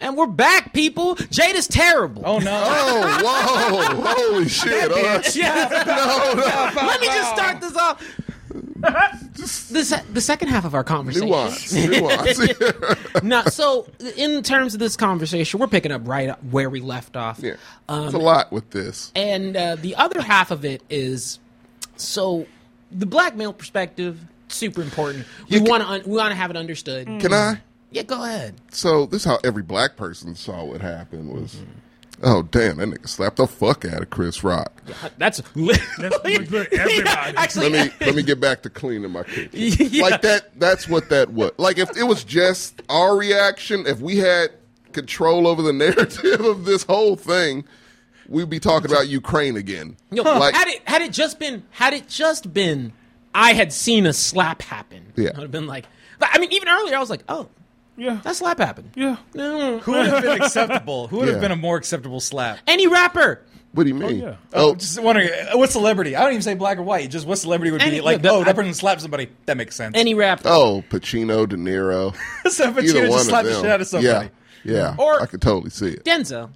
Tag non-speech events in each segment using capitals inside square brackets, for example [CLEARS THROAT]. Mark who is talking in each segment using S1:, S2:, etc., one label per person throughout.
S1: And we're back, people. Jade is terrible. [LAUGHS]
S2: Oh no.
S3: Oh, whoa. Holy shit. All right.
S1: [LAUGHS]
S3: No, no.
S1: Let me just start this off. [LAUGHS] the, se- the second half of our conversation.
S3: Nuance. Nuance.
S1: [LAUGHS] No, so in terms of this conversation, we're picking up right where we left off. Um,
S3: yeah. it's a lot with this.
S1: And uh, the other half of it is so the black male perspective super important. We
S3: You ca- Mm.
S1: want to un- we want to have it understood.
S3: Can I?
S1: Yeah, go ahead.
S3: So this is how every black person saw what happened was,
S1: Mm-hmm.
S3: oh damn, that nigga slapped the fuck out of Chris
S1: [LAUGHS]
S3: Rock.
S1: That's [LAUGHS] literally
S4: what everybody-
S1: Yeah, actually.
S3: Let me let me get back to cleaning my kitchen.
S1: [LAUGHS] Yeah.
S3: Like that. That's what that was. Like if it was just our reaction, if we had control over the narrative of this whole thing, we'd be talking about Ukraine again.
S1: Yo, had it had it just been had it just been I had seen a slap happen.
S3: Yeah.
S1: I'd have been like, but I mean, even earlier I was like, oh,
S4: Yeah.
S1: that slap happened. Mm.
S4: yeah.
S1: No,
S2: [LAUGHS] Who would have [LAUGHS] been acceptable? Who would have
S3: Yeah.
S2: been a more acceptable slap?
S1: any rapper.
S3: what do you mean?
S4: yeah.
S3: Oh,
S2: I'm just wondering uh, what celebrity. I don't even say black or white. Just what celebrity would
S1: Any-
S2: be like?
S1: yeah,
S2: oh,
S1: that-
S2: that person slapped somebody. That makes sense.
S1: Any rapper.
S3: oh, Pacino, De Niro.
S2: [LAUGHS] so if
S3: Either
S2: you
S3: one
S2: just slapped
S3: of
S2: the
S3: them.
S2: shit out of somebody.
S3: Yeah. Yeah,
S1: Or-
S3: I could totally see it.
S1: Denzel.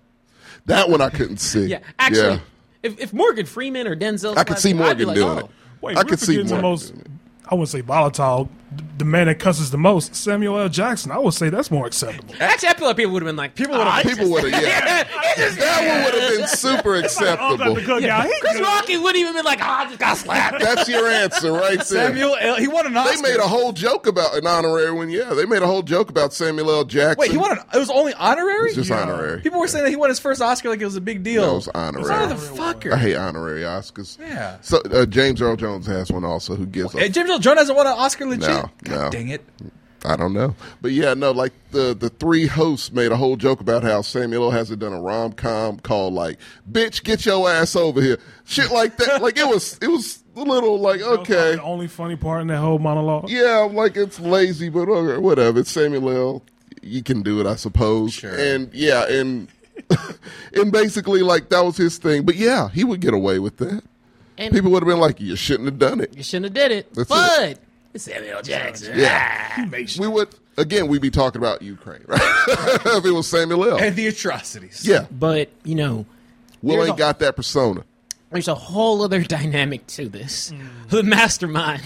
S3: That one I couldn't see.
S1: Yeah, actually,
S3: Yeah.
S1: If, if Morgan Freeman or Denzel,
S3: I could see
S1: slapped you,
S3: Morgan
S1: I'd be
S3: doing
S1: like,
S3: it.
S1: oh.
S4: Wait,
S3: I
S4: we're
S3: could see
S4: forgetting
S3: Morgan.
S4: the most.
S3: doing it.
S4: I wouldn't say volatile. th- The man that cusses the most, Samuel L. Jackson. I would say that's more acceptable.
S1: Actually, I feel like people would have been like, "Ah, people
S2: would have-
S1: [LAUGHS]
S3: People would
S2: [LAUGHS]
S3: have, [LAUGHS] yeah. that one would have been super
S4: Oh,
S3: acceptable.
S4: Dr. Cook, yeah, he
S1: Chris
S4: good.
S1: Rocky would even been like, ah, I just got
S3: [LAUGHS]
S1: slapped.
S3: That's your answer right there.
S2: Samuel, L- uh, he won an Oscar.
S3: they made a whole joke about an honorary one. Yeah, they made a whole joke about Samuel L. Jackson.
S2: Wait, he won. An, it was only honorary.
S3: It's just honorary.
S2: People were saying that he won his first Oscar like it was a big deal.
S3: No, it was honorary. I
S2: Motherfucker.
S3: hate honorary Oscars.
S2: Yeah.
S3: So uh, James Earl Jones has one also. Who gives
S2: [LAUGHS]
S3: a
S2: Hey, James Earl Jones hasn't won an Oscar legit.
S3: No,
S2: God
S3: no.
S2: dang it.
S3: I don't know. But yeah, no, like the the three hosts made a whole joke about how Samuel L. hasn't done a rom com called like, bitch, get your ass over here. Shit like that. like it was it was a little like,
S4: That was probably
S3: okay.
S4: The only funny part in that whole monologue.
S3: Yeah, I'm like it's lazy, but okay, whatever. It's Samuel L. You can do it, I suppose.
S2: Sure.
S3: And yeah, and [LAUGHS] and basically like that was his thing. But yeah, he would get away with that.
S1: And
S3: People would have been like, You shouldn't have done it.
S1: you shouldn't have did it.
S3: That's
S1: but it's Samuel Jackson.
S4: Ah,
S3: Yeah. We would again we'd be talking about Ukraine, [LAUGHS] right? if it was Samuel L.
S2: And the atrocities.
S3: yeah.
S1: But, you know,
S3: Will
S1: There's
S3: ain't
S1: a-
S3: got that persona.
S1: there's a whole other [LAUGHS] dynamic to this. The mastermind.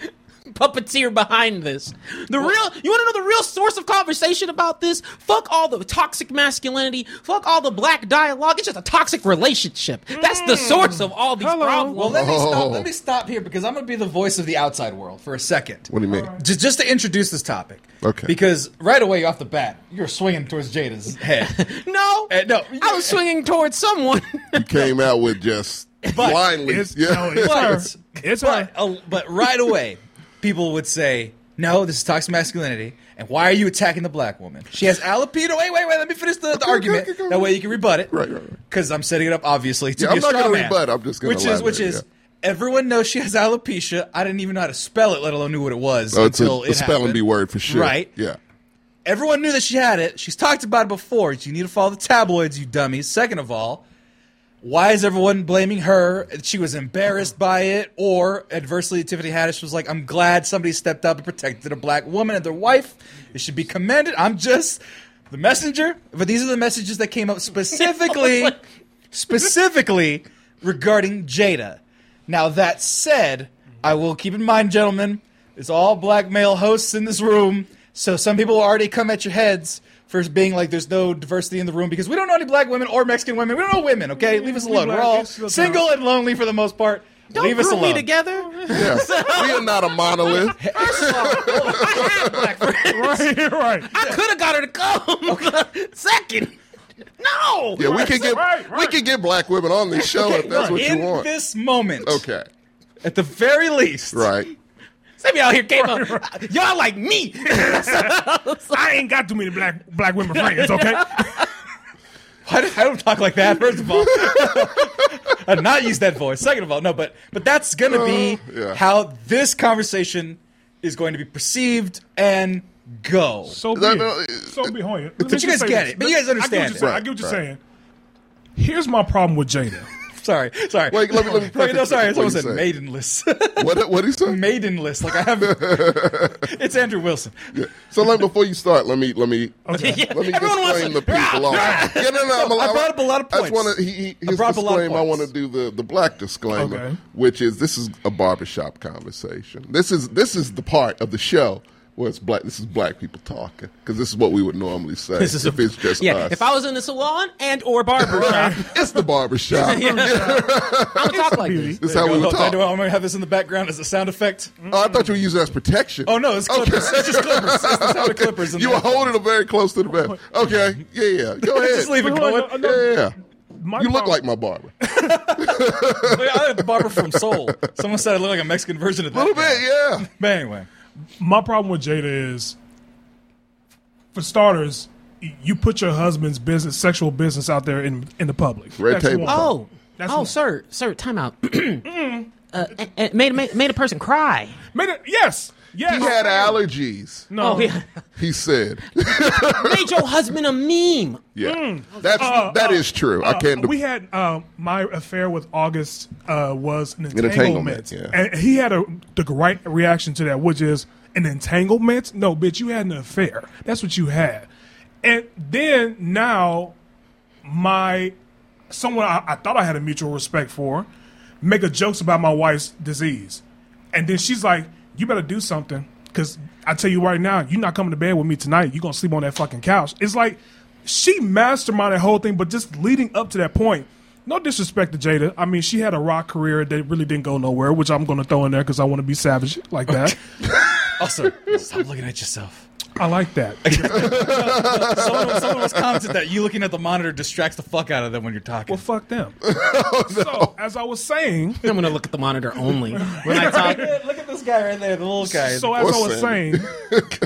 S1: [LAUGHS] Puppeteer behind this. The real, you want to know the real source of conversation about this? Fuck all the toxic masculinity. Fuck all the black dialogue. It's just a toxic relationship. That's the source of all these
S4: Hello.
S1: problems.
S2: Well, let me
S3: Oh.
S2: stop. Let me stop here because I'm going to be the voice of the outside world for a second.
S3: What do you mean?
S2: Just, just to introduce this topic.
S3: Okay.
S2: Because right away off the bat, you're swinging towards Jada's head.
S1: [LAUGHS] no,
S2: Uh, no.
S1: I was swinging towards someone.
S4: [LAUGHS]
S3: You came out with just blindly.
S4: It's,
S3: yeah.
S4: no,
S3: [LAUGHS]
S4: it's her.
S2: But,
S4: It's, her. [LAUGHS]
S2: but, uh, but right away, people would say, no, this is toxic masculinity, and why are you attacking the black woman? She has alopecia. Wait, wait, wait, let me finish the, the
S3: okay,
S2: argument.
S3: okay, go
S2: that way
S3: ahead.
S2: you can rebut it.
S3: Right, right, right.
S2: Because I'm setting it up, obviously, to
S3: Yeah,
S2: be
S3: I'm
S2: a
S3: not
S2: straw
S3: gonna
S2: man.
S3: rebut, I'm just gonna
S2: Which is, which
S3: elaborate,
S2: is, everyone knows she has alopecia. I didn't even know how to spell it, let alone knew what it was
S3: Oh, it's a,
S2: until
S3: a
S2: it
S3: spelling
S2: happened.
S3: bee word for sure.
S2: Right.
S3: Yeah.
S2: Everyone knew that she had it. She's talked about it before. You need to follow the tabloids, you dummies. Second of all, why is everyone blaming her? She was embarrassed by it, or adversely, Tiffany Haddish was like, "I'm glad somebody stepped up and protected a black woman and their wife. It should be commended." I'm just the messenger, but these are the messages that came up specifically, specifically regarding Jada. Now that said, I will keep in mind, gentlemen, it's all black male hosts in this room, so some people will already come at your heads for being like there's no diversity in the room because we don't know any black women or Mexican women. We don't know women, okay?
S3: Mm,
S2: Leave us alone. We're all single and lonely for the most part.
S1: Don't
S2: Leave us
S1: group me
S2: alone.
S1: together.
S3: [LAUGHS]
S4: [LAUGHS]
S3: Yeah. we are not a monolith.
S1: I had black friends.
S4: right, right.
S1: I could have got her to come. [LAUGHS] Second, no.
S3: Yeah, we can get
S4: Right,
S3: we
S4: right.
S3: can get black women on this show if that's what you
S2: in
S3: want.
S2: this moment,
S3: okay.
S2: at the very least,
S3: Right.
S1: Some of y'all here came up. Y'all like me.
S4: I ain't got too many black black women friends. Okay,
S2: [LAUGHS] I don't, I don't talk like that. First of all, [LAUGHS] I'd not use that voice. Second of all, no, but but that's gonna be
S3: Uh, yeah.
S2: how this conversation is going to be perceived and go.
S4: so be
S3: No,
S4: it.
S3: no, it-
S4: so be on it.
S2: you guys get it, but you guys understand
S4: I get what you're
S3: it.
S4: saying. I get what you're saying. Here's my problem with Jada.
S2: sorry, sorry.
S3: Wait, let me- let me
S2: [LAUGHS] Wait, no,
S3: preface
S2: sorry. I
S3: what you
S2: almost said
S3: said.
S2: maidenless. [LAUGHS]
S3: What what he say?
S2: maidenless. Like I have.
S3: [LAUGHS]
S2: it's Andrew Wilson.
S3: So like before you start, let me let me
S4: Okay.
S2: [LAUGHS]
S3: let me
S1: Everyone wants
S3: disclaim the
S1: to-
S3: people. off. Yeah, no, no, I'm,
S2: I brought up a lot of
S3: I just
S2: points.
S3: want to. He, he,
S2: I
S3: his
S2: brought up a lot of
S3: disclaimer. I want
S2: points.
S3: to do the the black disclaimer,
S4: Okay.
S3: which is this is a barbershop conversation. This is this is the part of the show where it's black. This is black people talking because this is what we would normally say
S1: This is
S3: if
S1: a,
S3: it's just
S1: yeah.
S3: us.
S1: If I was in a salon and or barber shop,
S3: it's
S2: [LAUGHS]
S3: the barbershop.
S1: yeah, I would talk like this.
S4: beauty.
S3: This is how we
S2: Hold
S3: would
S2: on,
S3: talk.
S2: do I- I'm gonna have this in the background as a sound effect.
S3: Oh, I thought you were using it as protection.
S2: Oh no, it's clippers. It's just clippers. It's the
S3: [LAUGHS]
S2: sound of clippers. in
S3: You
S2: the
S3: were holding it very close to the bed. Okay, yeah, yeah. Go ahead.
S2: [LAUGHS] Just leave it Oh,
S4: Wait,
S2: going.
S3: [LAUGHS]
S4: wait, no, no.
S3: Yeah,
S4: My
S3: you look
S4: problem-
S3: like my barber.
S2: I had the barber from Soul. Someone said I look like a Mexican version of that.
S3: A little bit,
S2: guy.
S3: yeah.
S2: But anyway,
S4: my problem with Jada is, for starters, y- you put your husband's business, sexual business, out there in in the public.
S3: Red
S4: That's
S3: table
S4: one.
S3: talk.
S1: Oh,
S4: That's
S1: oh,
S4: one.
S1: sir, sir, time out. [CLEARS THROAT] uh, and- and made, made made a person cry.
S4: Made it- yes, yes.
S3: He had allergies.
S4: no,
S1: Oh, yeah.
S3: He said, [LAUGHS]
S1: made your husband a meme.
S3: "Yeah, that's that is true. I can't." [LAUGHS]
S4: Uh, we had uh, my affair with August uh, was an entanglement,
S3: entanglement, yeah.
S4: and he had a the right reaction to that, which is an entanglement. No, bitch, you had an affair. That's what you had, and then now my someone I, I thought I had a mutual respect for making jokes about my wife's disease, and then she's like, "You better do something." Because I tell you right now, you're not coming to bed with me tonight. You're gonna sleep on that fucking couch. It's like she masterminded the whole thing, but just leading up to that point. No disrespect to Jada. I mean, she had a rock career that really didn't go nowhere, which I'm gonna throw in there because I want to be savage like that.
S2: also stop looking at yourself.
S4: I like that.
S2: Someone, someone was commented that you looking at the monitor distracts the fuck out of them when you're talking.
S4: Well, fuck them. So, as I was saying,
S1: I'm gonna look at the monitor only when I talk.
S2: [LAUGHS] Look at this guy right there, the little guy.
S4: So as I was
S3: Sandy.
S4: saying,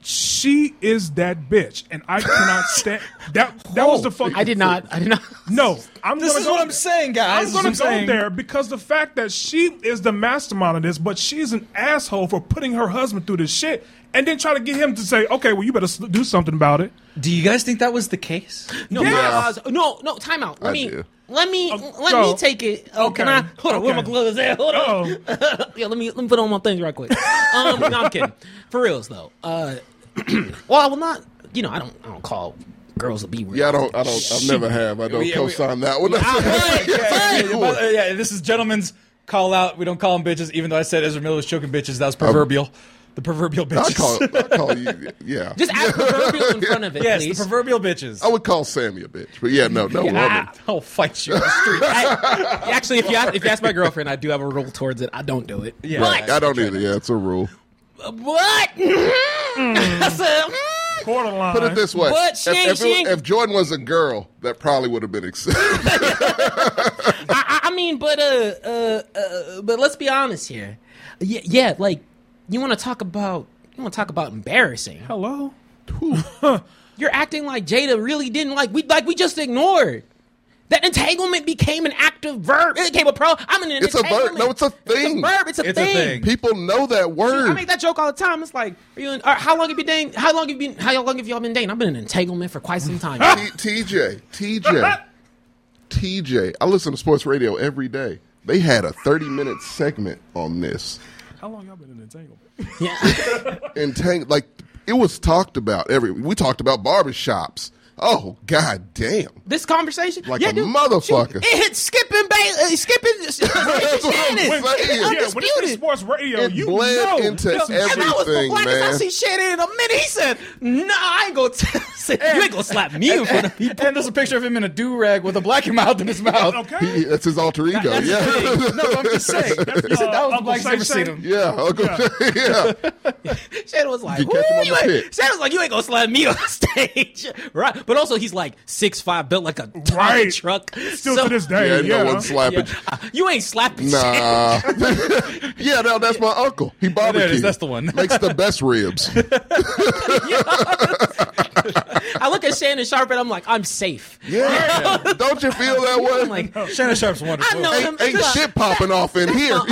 S4: she is that bitch, and
S2: [LAUGHS]
S4: I cannot stand that. That was the fuck.
S1: I did not. I did not.
S4: No, I'm.
S2: Oh. this
S4: gonna
S2: is
S4: go
S2: what I'm
S4: there.
S2: saying, guys.
S4: I'm
S2: This is
S4: going to
S2: what
S4: go
S2: saying.
S4: there because the fact that she is the mastermind of this, but she's an asshole for putting her husband through this shit, and then try to get him to say, "Okay, well, you better s- do something about it."
S2: Do you guys think that was the case?
S1: No,
S3: Yeah.
S1: uh, no, no. Time out. Let
S3: I
S1: me.
S3: do.
S1: Let me. let
S4: so-
S1: me take it. Oh, can I?
S4: okay,
S1: Hold on. Where my
S4: okay.
S1: gloves at? Hold on.
S4: Oh,
S1: yeah, let me let me put on my things right quick. Um, no, I'm kidding. For reals though. Uh, [CLEARS THROAT] well, I will not. You know, I don't. I don't call girls a b word.
S3: [LAUGHS] yeah, I don't. I don't. I've never have. I don't
S2: we-
S3: co-sign that one.
S1: I would,
S2: yeah,
S1: but-
S2: yeah, but, uh, yeah, this is gentlemen's call out. We don't call them bitches, even though I said Ezra Miller was choking bitches. That was proverbial. the proverbial
S3: [LAUGHS] I
S2: bitches.
S3: Oh.
S2: [LAUGHS]
S3: call. I call you. Yeah.
S1: Just add proverbial in front of it,
S2: yes,
S1: please.
S2: the proverbial bitches.
S3: I would call Sammy Oh, a bitch, but yeah, no, no woman.
S1: Yeah.
S2: I'll fight you in the
S3: [LAUGHS]
S2: street.
S1: I-
S2: [LAUGHS]
S1: actually, if you ask, if you ask my girlfriend, I do have a rule towards it. I don't do it.
S2: Yeah.
S1: But uh,
S3: I don't either. Yeah, it's a rule.
S1: what? [LAUGHS] I said, mm,
S4: borderline.
S3: Put it this way:
S1: But
S3: if,
S1: she ain't-
S3: if, it
S1: she
S3: was-
S1: ain't-
S3: if Jordan was a girl, that probably would have been accepted. [LAUGHS]
S1: I, I I mean, but uh, uh, uh, but let's be honest here. Yeah, yeah like you want to talk about you want to talk about embarrassing.
S4: Hello.
S1: You're acting like Jada really didn't like we like we just ignored. That entanglement became an active verb. It became a pro. I'm an
S3: It's a verb. No, it's a
S1: It's
S3: thing.
S1: a verb. It's a
S2: It's a
S1: thing.
S2: thing.
S3: People know that word.
S1: I make that joke all the time. It's like, are you in, or how long have you dating? How long have you been? How long have y'all been dating? I've been in entanglement for quite some
S3: [LAUGHS]
S1: time.
S3: T- TJ, TJ, TJ. I listen to sports radio every day. They had a 30 minute segment on this.
S4: How long y'all been in entanglement?
S1: yeah.
S3: And tang- like it was talked about every we talked about barbershops. Oh god damn.
S1: This conversation,
S3: Like
S1: yeah,
S3: a
S1: dude,
S3: motherfucker.
S1: Shoot, it hit skipping, ba- uh, skipping,
S3: [LAUGHS] That's what I'm
S1: Shannon.
S3: saying.
S1: It's
S3: Yeah, when
S4: Yeah, when it's in
S1: undisputed.
S4: sports radio,
S3: It
S4: you
S3: bled
S4: know
S3: into
S4: Yeah,
S1: And I was the
S3: everything,
S1: blackest I
S3: man.
S1: see Shannon in a minute. He said, "Nah, I ain't gonna. T- [LAUGHS] said, you ain't gonna slap me in front of people."
S2: and there's a picture of him in a do rag with a blackened mouth in his mouth.
S4: Okay.
S3: He, that's his alter ego. yeah.
S2: no, I'm just [LAUGHS] saying. You said that was the
S4: Uncle
S2: blackest I've ever
S4: Shay Shay?
S2: seen him.
S3: [LAUGHS] yeah, Uncle yeah.
S1: Shannon was like,
S3: You catch him
S1: "Ooh,
S3: on
S1: you
S3: the
S1: ain't,
S3: pit."
S1: Shannon was like, you ain't gonna slap me on [LAUGHS] stage, right?" But also, he's like six five, built like a ton
S4: Right.
S1: truck.
S4: Still
S1: So-
S4: to this
S3: yeah.
S4: day. Yeah.
S3: no one slapping.
S1: [LAUGHS] Yeah. You ain't slapping. Shannon.
S3: Nah.
S2: [LAUGHS]
S3: yeah, no, that's my uncle. He barbecues.
S2: there it is. [LAUGHS] That's the one.
S3: Makes the best ribs.
S1: I look at Shannon Sharp, and I'm like, I'm safe.
S3: Yeah. Don't you feel that way?
S1: I'm like, uh,
S2: Shannon Sharp's wonderful.
S1: I know.
S3: ain't ain't shit popping off in here.
S1: um,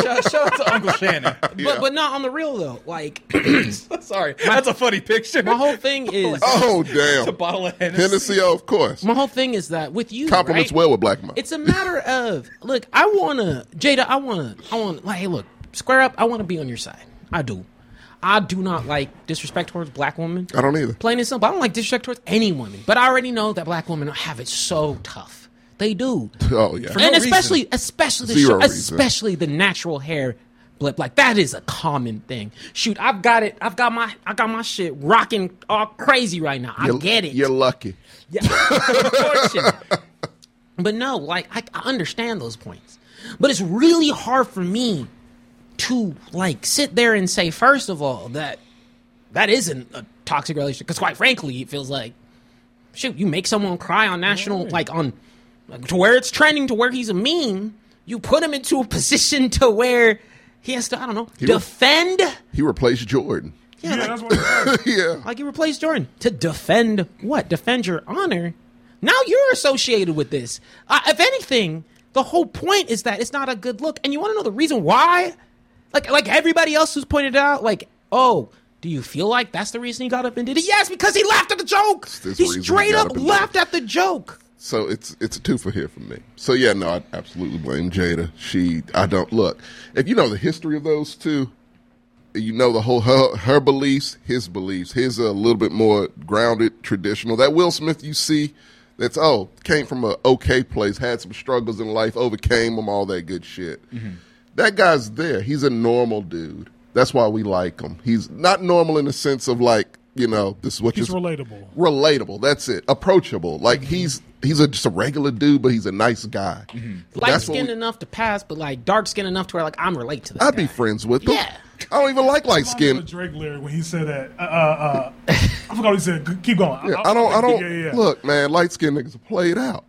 S2: Shout, shout
S1: [LAUGHS]
S2: out to Uncle Shannon.
S3: Yeah.
S1: but but not on the real though. Like [CLEARS THROAT]
S2: Sorry, that's a funny picture.
S1: my whole thing is
S3: [LAUGHS] [LAUGHS] Oh
S2: It's [LAUGHS] a
S3: damn.
S2: bottle of Hennessy.
S3: Hennessy, oh, of course.
S1: my whole thing is that with you
S3: Compliments
S1: right?
S3: well with black mouth.
S1: It's a matter of look. I wanna Jada. I wanna. I want like hey, look, square up. I wanna be on your side. I do. I do not like disrespect towards black women.
S3: I don't either.
S1: Plain and simple. I don't like disrespect towards any woman. But I already know that black women have it so tough. They do.
S3: Oh yeah.
S1: and
S2: no
S1: especially especially the
S3: Zero
S1: short-
S3: reason.
S1: especially the natural hair blip like that is a common thing shoot i've got it i've got my i got my shit rocking all crazy right now i
S3: You're-
S1: get it
S3: You're lucky.
S1: yeah. Fortune. but no, like I, I understand those points, but it's really hard for me to like sit there and say first of all that that isn't a toxic relationship because quite frankly it feels like shoot you make someone cry on national like on like, to where it's trending to where he's a meme you put him into a position to where he has to i don't know
S3: was-
S1: defend
S3: He replaced Jordan.
S1: yeah,
S4: Yeah,
S1: like,
S4: that's what I'm
S3: [LAUGHS]
S4: saying.
S3: yeah.
S1: like you replaced Jordan to defend what? Defend your honor. Now you're associated with this. Uh, if anything, the whole point is that it's not a good look. And you want to know the reason why? Like like everybody else who's pointed out, like oh. Do you feel like that's the reason he got up and did it? Yes, because he laughed at the joke.
S3: That's
S1: He
S3: the reason he
S1: straight
S3: got
S1: up
S3: up and did
S1: laughed
S3: it.
S1: at the joke.
S3: So it's it's a two for here for me. So yeah, no, I absolutely blame Jada. She, I don't look. If you know the history of those two, you know the whole her, her beliefs, his beliefs. His are a little bit more grounded, traditional. That Will Smith you see, that's oh came from a okay place, had some struggles in life, overcame them, all that good shit.
S4: Mm-hmm.
S3: That guy's there. He's a normal dude. That's why we like him. He's not normal in the sense of like you know this is what
S4: He's
S3: you're
S4: relatable.
S3: relatable. That's it. Approachable. Like
S4: Mm-hmm.
S3: he's he's a, just a regular dude, but he's a nice guy.
S4: Mm-hmm.
S1: Light
S3: That's what
S1: skinned
S3: we-
S1: enough to pass, but like dark skinned enough to where like I'm relate to this.
S3: I'd be
S1: guy.
S3: friends with him.
S1: Yeah.
S3: I don't even like light
S4: Skin.
S3: skin.
S4: Drake lyric when he said that. Uh, uh, uh, I forgot what he said. G- Keep going.
S3: Yeah, I don't. I don't.
S4: Yeah, yeah, yeah.
S3: Look, man, light skin niggas are played out.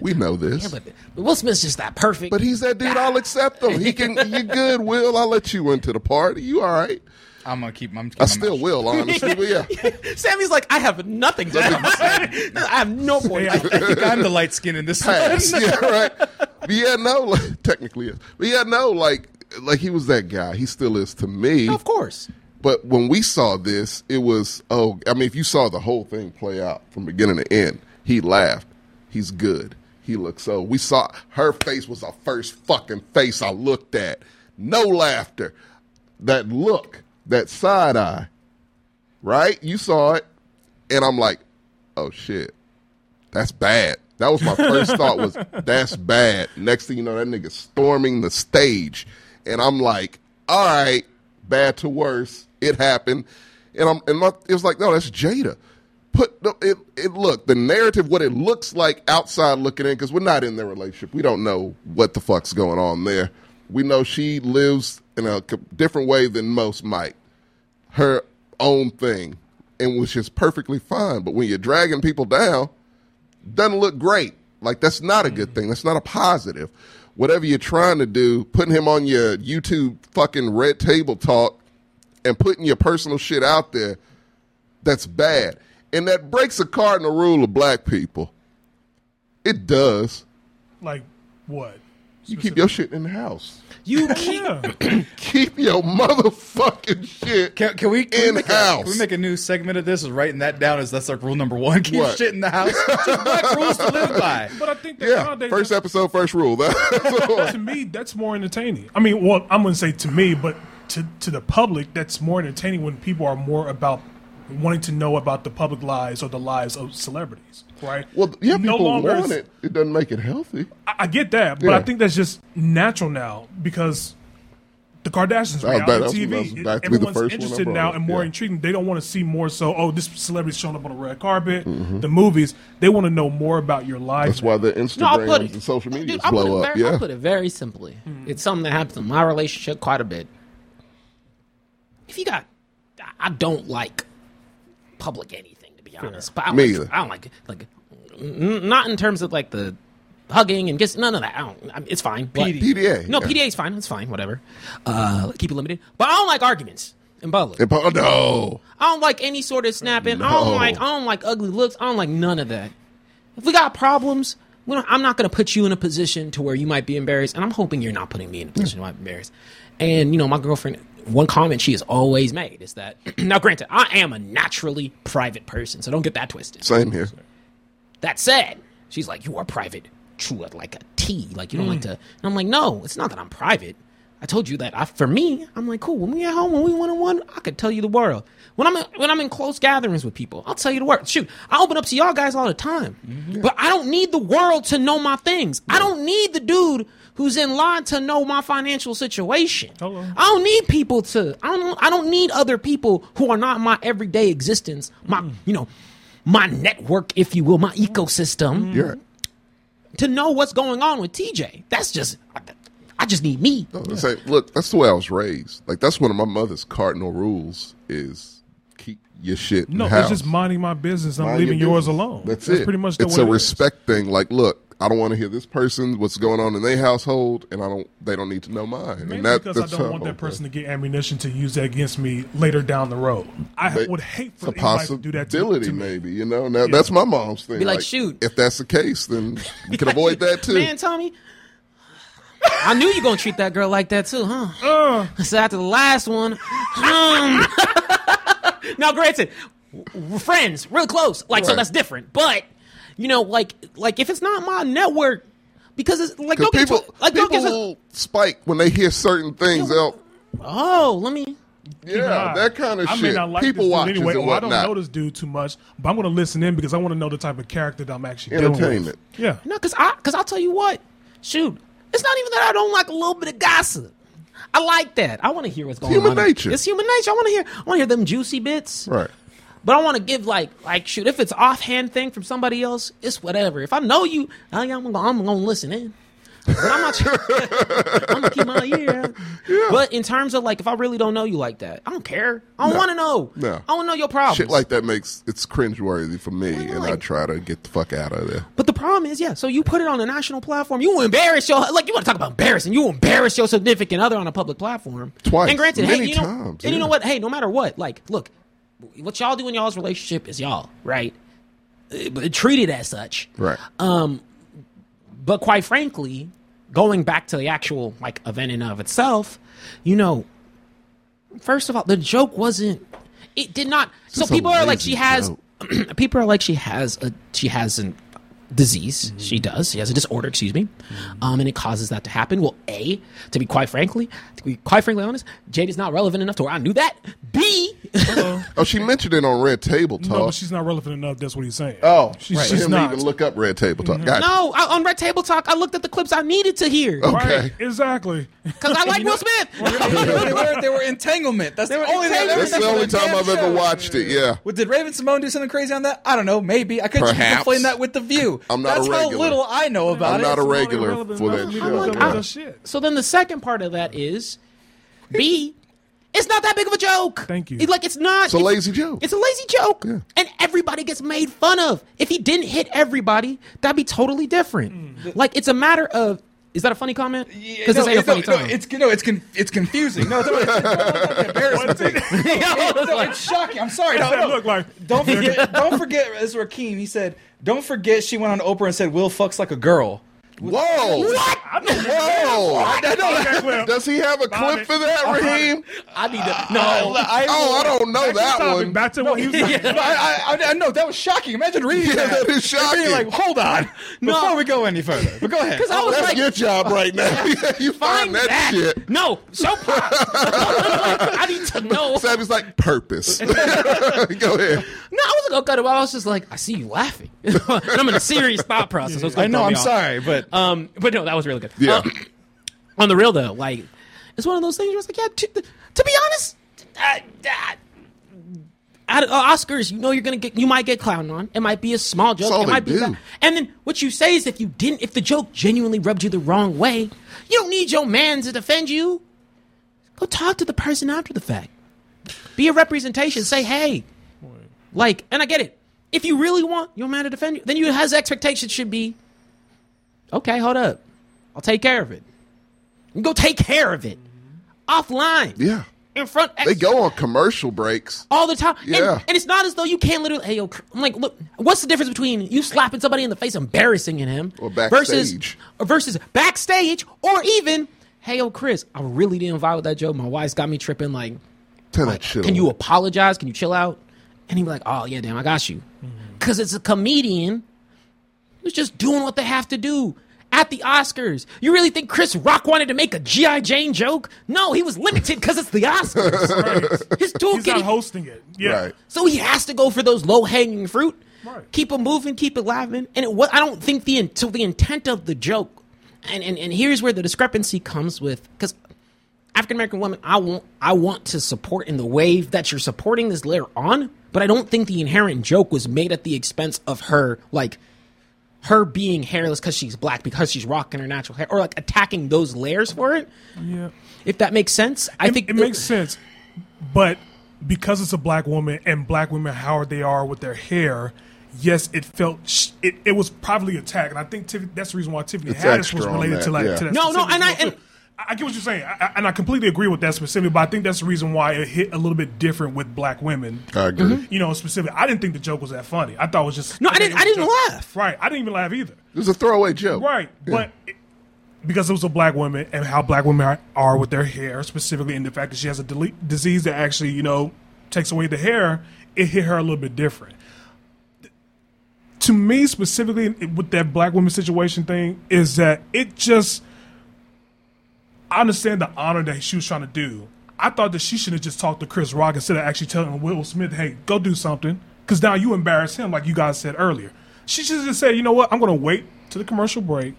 S3: We know this.
S1: Yeah,
S3: but,
S1: but, but Will Smith's just that perfect.
S3: he's that dude. I'll accept him. He can.
S1: [LAUGHS]
S3: you good, Will? I'll let you into the party. You all right?
S2: I'm gonna keep. I'm keep
S3: I
S2: my
S3: still
S2: mouth
S3: will, honestly. But
S4: [LAUGHS]
S3: yeah,
S1: Sammy's like, I have nothing. To [LAUGHS] I have no point.
S4: Yeah,
S3: [LAUGHS]
S2: shut. I think I'm the light skin in this
S3: pass.
S2: one.
S3: yeah, right. But yeah, no. [LAUGHS] Like, technically, yes. But yeah, no. Like, like he was that guy. He still is to me.
S1: Of course.
S3: But when we saw this, it was oh, I mean, if you saw the whole thing play out from beginning to end, he laughed. He's good. He looked so. We saw her face was the first fucking face I looked at. No laughter. That look, that side eye, right? You saw it, and I'm like, oh shit, that's bad. That was my first thought was that's bad. Next thing you know, that nigga storming the stage, and I'm like, all right, bad to worse, it happened, and I'm and my, it was like, no, that's Jada. Put no, it. It look the narrative, what it looks like outside looking in, because we're not in their relationship. We don't know what the fuck's going on there. We know she lives in a co- different way than most might her own thing, and which is perfectly fine. But when you're dragging people down, doesn't look great. Like that's not a
S1: Mm.
S3: good thing. That's not a positive. Whatever you're trying to do, putting him on your YouTube fucking red table talk and putting your personal shit out there, that's bad. And that breaks the cardinal rule of black people. It does.
S4: Like what?
S3: You keep your shit in the house.
S1: You keep
S4: Yeah.
S3: Keep your motherfucking shit.
S2: Can, can we can we make a-
S3: In-house.
S2: Can we make a new segment of this? Is writing that down as that's like rule number one. Keep
S3: What?
S2: shit in the house. Just black rules to live by.
S4: [LAUGHS]
S3: [LAUGHS]
S4: But I think that
S3: yeah.
S4: nowadays
S3: First episode, first rule. [LAUGHS]
S4: to me, that's more entertaining. I mean, well, I'm going to say to me, but to, to the public, that's more entertaining when people are more about wanting to know about the public lives or the lives of celebrities, right?
S3: Well, yeah, people want
S4: is-
S3: it. It doesn't make it healthy.
S4: I, I get that, but
S3: Yeah.
S4: I think that's just natural now because the Kardashians
S3: I
S4: are
S3: bet
S4: on
S3: Oh, that's- that's-
S4: TV.
S3: that's
S4: It-
S3: be the
S4: Everyone's
S3: first one I
S4: interested
S3: brought
S4: now
S3: up,
S4: and more
S3: yeah.
S4: intriguing. They don't want to see more so, oh, this celebrity's showing up on the red carpet, the movies. They want to know more about your life.
S3: Mm-hmm. That's why the
S1: No, I'll
S3: Instagram
S1: put it.
S3: and social media
S1: I'll put
S3: blow
S1: it
S3: up.
S1: very-
S3: yeah,
S1: I'll put it very simply. It's something that happens in my relationship quite a bit. If you got, I- I don't like public anything to be honest. But I
S3: Me
S1: like,
S3: either.
S1: I don't like like n- not in terms of like the hugging and kiss. None of that. I don't. I mean, it's fine. but-
S3: PDA.
S1: No,
S3: yeah.
S1: PDA is fine. It's fine. Whatever. Uh, keep it limited. But I don't like arguments. in public.
S3: And Paul, oh, no.
S1: I don't like any sort of snapping. I
S3: No.
S1: don't like I don't like ugly looks. I don't like none of that. If we got problems, we don't, I'm not going to put you in a position to where you might be embarrassed. And I'm hoping you're not putting me in a position to might be embarrassed. And you know, my girlfriend. One comment she has always made is that [CLEARS THROAT] now, granted, I am a naturally private person, so don't get that twisted.
S3: Same here.
S1: That said, she's like, you are private, true as like a T. Like you don't like to. And I'm like, no, it's not that I'm private. I told you that. I, for me, I'm like, cool. When we at home, when we one on one, I could tell you the world. When I'm in, when I'm in close gatherings with people, I'll tell you the world. Shoot, I open up to y'all guys all the time, but I don't need the world to know my things. I don't need the dude who's in line to know my financial situation.
S4: Hello.
S1: I don't need people to. I don't. I don't need other people who are not my everyday existence. My, you know, my network, if you will, my ecosystem
S3: You're right.
S1: to know what's going on with TJ. That's just. I, I just need me.
S3: No, that's like- look, that's the way I was raised. Like that's one of my mother's cardinal rules is keep your shit. in
S4: No,
S3: the house.
S4: it's just minding my business. I'm
S3: Mind
S4: leaving
S3: your
S4: yours
S3: business.
S4: alone.
S3: That's, it.
S4: pretty much the
S3: it's
S4: way
S3: a
S4: it is.
S3: respect thing. Like, look, I don't want to hear this person what's going on in their household, and I don't. They don't need to know mine.
S4: Mainly
S3: and that,
S4: because
S3: that's
S4: I don't
S3: how-
S4: want that person to get ammunition to use that against me later down the road. I
S3: But
S4: would hate
S3: It's
S4: for
S3: a
S4: anybody to do that to,
S3: possibility,
S4: to me.
S3: maybe you know. Now that's my mom's thing.
S1: Be like, shoot.
S3: if that's the case, then you can avoid that
S1: [LAUGHS]
S3: too.
S1: Man, Tommy, I knew you gonna treat that girl like that too, huh? So after the last one, um, [LAUGHS] now granted, we're friends, real close, like so
S3: Right.
S1: that's different. But you know, like like if it's not my network, because it's like
S3: 'Cause
S1: don't
S3: people,
S1: get twi- like don't
S3: people
S1: get twi-
S3: will spike when they hear certain things. They'll,
S1: oh let me
S3: yeah, that kind of
S4: I
S3: shit.
S4: may not like
S3: people
S4: this dude
S3: watching
S4: anyway,
S3: and
S4: or I don't
S3: whatnot.
S4: know this dude too much, but I'm going to listen in because I want to know the type of character that I'm actually dealing with.
S3: Entertainment.
S4: Yeah,
S1: No, cause I, cause I'll tell you what. Shoot, it's not even that I don't like a little bit of gossip. I like that. I want to hear what's going
S3: human
S1: on.
S3: nature.
S1: It's human nature. I want to hear. I want to hear them juicy bits.
S3: Right.
S1: But I want to give like, like, shoot, if it's offhand thing from somebody else, it's whatever. If I know you, I, am gonna, I'm gonna listen in. But I'm not. [LAUGHS] I'm gonna keep my ear. out. But in terms of like, if I really don't know you like that, I don't care. I don't want to know.
S3: No.
S1: I don't know your problems.
S3: Shit like that makes it's cringeworthy for me, and I
S1: like-
S3: try to get the fuck out of there.
S1: But the problem is, yeah. So you put it on a national platform, you embarrass your like you want to talk about embarrassing, you embarrass your significant other on a public platform
S3: Twice.
S1: And granted,
S3: Many
S1: hey, you know,
S3: times,
S1: and you know
S3: yeah.
S1: what? Hey, no matter what, like, look, what y'all do in y'all's relationship is y'all, right? Uh, But treat it as such,
S3: Right.
S4: Um,
S1: but quite frankly, going back to the actual like event in and of itself, you know, first of all, the joke wasn't. It did not. So
S3: just a
S1: people are like
S3: lazy
S1: she has. [CLEARS THROAT] people are like she has a she has an
S3: Mm-hmm.
S1: disease. She does. She has a disorder. Excuse me. Um, and it causes that to happen. Well, a to be quite frankly, to be quite frankly honest, Jade is not relevant enough to where I knew that.
S3: [LAUGHS]
S1: B.
S3: oh, she mentioned it on Red Table Talk.
S4: no, but she's not relevant enough. That's what he's saying.
S3: oh,
S4: she's,
S3: right.
S4: she's
S3: Him
S4: not. Mm-hmm.
S3: even look up Red Table Talk. Gotcha.
S1: no, I, on Red Table Talk, I looked at the clips I needed to hear because
S3: Okay.
S4: Right, exactly.
S3: [LAUGHS]
S1: I like Will Smith. [LAUGHS]
S2: they, were, they were entanglement. That's
S1: were
S2: the only thing I've ever
S3: That's the
S2: seen
S3: only
S2: on a
S3: time
S2: damn
S3: I've ever
S2: show.
S3: watched it. Yeah.
S2: Well, did Raven Simone do something crazy on that? I don't know. Maybe I couldn't even
S3: Perhaps.
S2: complain that with the view.
S3: I'm not a
S2: That's how
S3: regular.
S2: little I know about
S3: I'm
S2: it.
S3: not a
S4: It's really
S3: regular
S4: relevant
S3: for that
S4: enough.
S3: show.
S4: I'm like,
S3: yeah.
S4: I- shit.
S1: So then the second part of that is B, it's not that big of a joke.
S4: Thank you.
S1: It's like it's not
S3: It's a lazy joke.
S1: It's a lazy joke. And everybody gets made fun of. If he didn't hit everybody, that'd be totally different. Like it's a matter of is that a funny comment?
S2: Yeah,
S1: Because this
S2: no,
S1: ain't a
S2: it's, no,
S1: funny
S2: no,
S1: time.
S2: it's no, it's con- it's confusing. No, it's, it's, it's, it's, it's embarrassing. [LAUGHS] It's, no, it's shocking. I'm sorry. No,
S4: That
S2: no.
S4: look like
S1: [LAUGHS]
S2: Don't forget, don't forget Ezra Keem. He said, "Don't forget." She went on Oprah and said, "Will fucks like a girl."
S3: Whoa. [LAUGHS] Whoa.
S2: I know.
S4: Okay, well,
S3: Does he have a
S4: Found
S3: clip
S4: it.
S3: for that, Raheem?
S1: I need to
S2: No, I,
S3: Oh, I don't know
S4: back to the
S3: that
S4: topic,
S3: one.
S4: Back to what
S3: [LAUGHS]
S4: he was saying.
S2: No, I, I, I know that was shocking. Imagine reading
S3: Yeah,
S2: that.
S3: that is
S2: And being
S3: shocking.
S2: like, hold on,
S1: No.
S2: before we go any further. But go
S1: [LAUGHS]
S2: ahead. Oh,
S1: because I was
S3: That's
S1: like
S3: your job right now. [LAUGHS] Yeah, you find, that, shit.
S1: No,
S3: [LAUGHS]
S1: so I need to know.
S3: Savvy's like purpose. [LAUGHS] Go ahead.
S1: No, I wasn't gonna cut him. off. I was just like, I see you laughing, [LAUGHS] and I'm in a serious thought process. so it's
S2: I
S1: gonna
S2: know.
S1: throw
S2: I'm
S1: me off.
S2: sorry, but
S1: Um, but no, that was really good.
S3: Yeah.
S1: Uh, on the real though, like it's one of those things where it's like, yeah. To, to be honest, I, I, at uh, Oscars, you know you're gonna get, you might get clowned on. It might be a small joke.
S3: all
S1: it
S3: they
S1: might be
S3: do.
S1: that. And then what you say is if you didn't, if the joke genuinely rubbed you the wrong way, you don't need your man to defend you. Go talk to the person after the fact. Be a representation. Say hey. Like, and I get it. If you really want your man to defend you, then you his expectations should be, okay, hold up, I'll take care of it. You go take care of it offline.
S3: Yeah.
S1: in front.
S3: They go on commercial breaks.
S1: all the time. And-
S3: Yeah.
S1: And, it's not as though you can't literally. Hey, yo, cr- I'm like, look, what's the difference between you slapping somebody in the face, embarrassing him,
S3: Or
S1: versus
S3: backstage.
S1: or versus backstage, or even, hey, yo, Chris, I really didn't vibe with that joke. My wife's got me tripping. Like,
S3: Tell that shit.
S1: can
S3: away.
S1: you apologize? Can you chill out? And he'd be like, oh yeah, damn, I got you,
S4: Mm-hmm.
S1: because it's a comedian who's just doing what they have to do. At the Oscars, you really think Chris Rock wanted to make a GI Jane joke? No, he was limited because it's the
S4: [LAUGHS]
S1: Oscars.
S3: [LAUGHS]
S1: His
S4: He's not
S1: toolkit
S4: hosting it. Yeah.
S3: Right.
S1: so he has to go for those low hanging fruit.
S4: Right.
S1: Keep it moving, keep it laughing. And it was, I don't think the in- so the intent of the joke, and, and, and here's where the discrepancy comes with because African American women, I want I want to support in the wave that you're supporting this layer on, but I don't think the inherent joke was made at the expense of her like her being hairless because she's black because she's rocking her natural hair or like attacking those layers for it.
S4: Yeah.
S1: If that makes sense, I
S4: it,
S1: think
S4: it
S1: the-
S4: makes sense, but because it's a black woman and black women how they are with their hair, yes, it felt sh- it, it was probably attacked, and I think Tiff- that's the reason why Tiffany
S3: It's
S4: Haddish
S3: extra
S4: was
S3: on
S4: related
S3: that,
S4: to like
S3: yeah.
S4: to that
S1: No, no,
S4: specific
S1: and I-
S4: one, too.
S1: and-
S4: I, I get what you're saying, I, I- and I completely agree with that specifically, but I think that's the reason why it hit a little bit different with black women.
S3: I agree.
S1: Mm-hmm.
S4: you know, specifically, I didn't think the joke was that funny. I thought it was just
S1: No, I didn't-
S4: it was
S1: I didn't
S4: just-
S1: laugh.
S4: Right, I didn't even laugh either.
S3: It was a throwaway joke.
S4: Right, but it- because it was a black woman and how black women are, are with their hair, specifically, and the fact that she has a dele- disease that actually, you know, takes away the hair, it hit her a little bit different. To me, specifically, it- with that black woman situation thing, is that it just. I understand the honor that she was trying to do. I thought that she should have just talked to Chris Rock instead of actually telling Will Smith, "Hey, go do something," because now you embarrass him, like you guys said earlier. She should have just said, "You know what? I'm going to wait to the commercial break.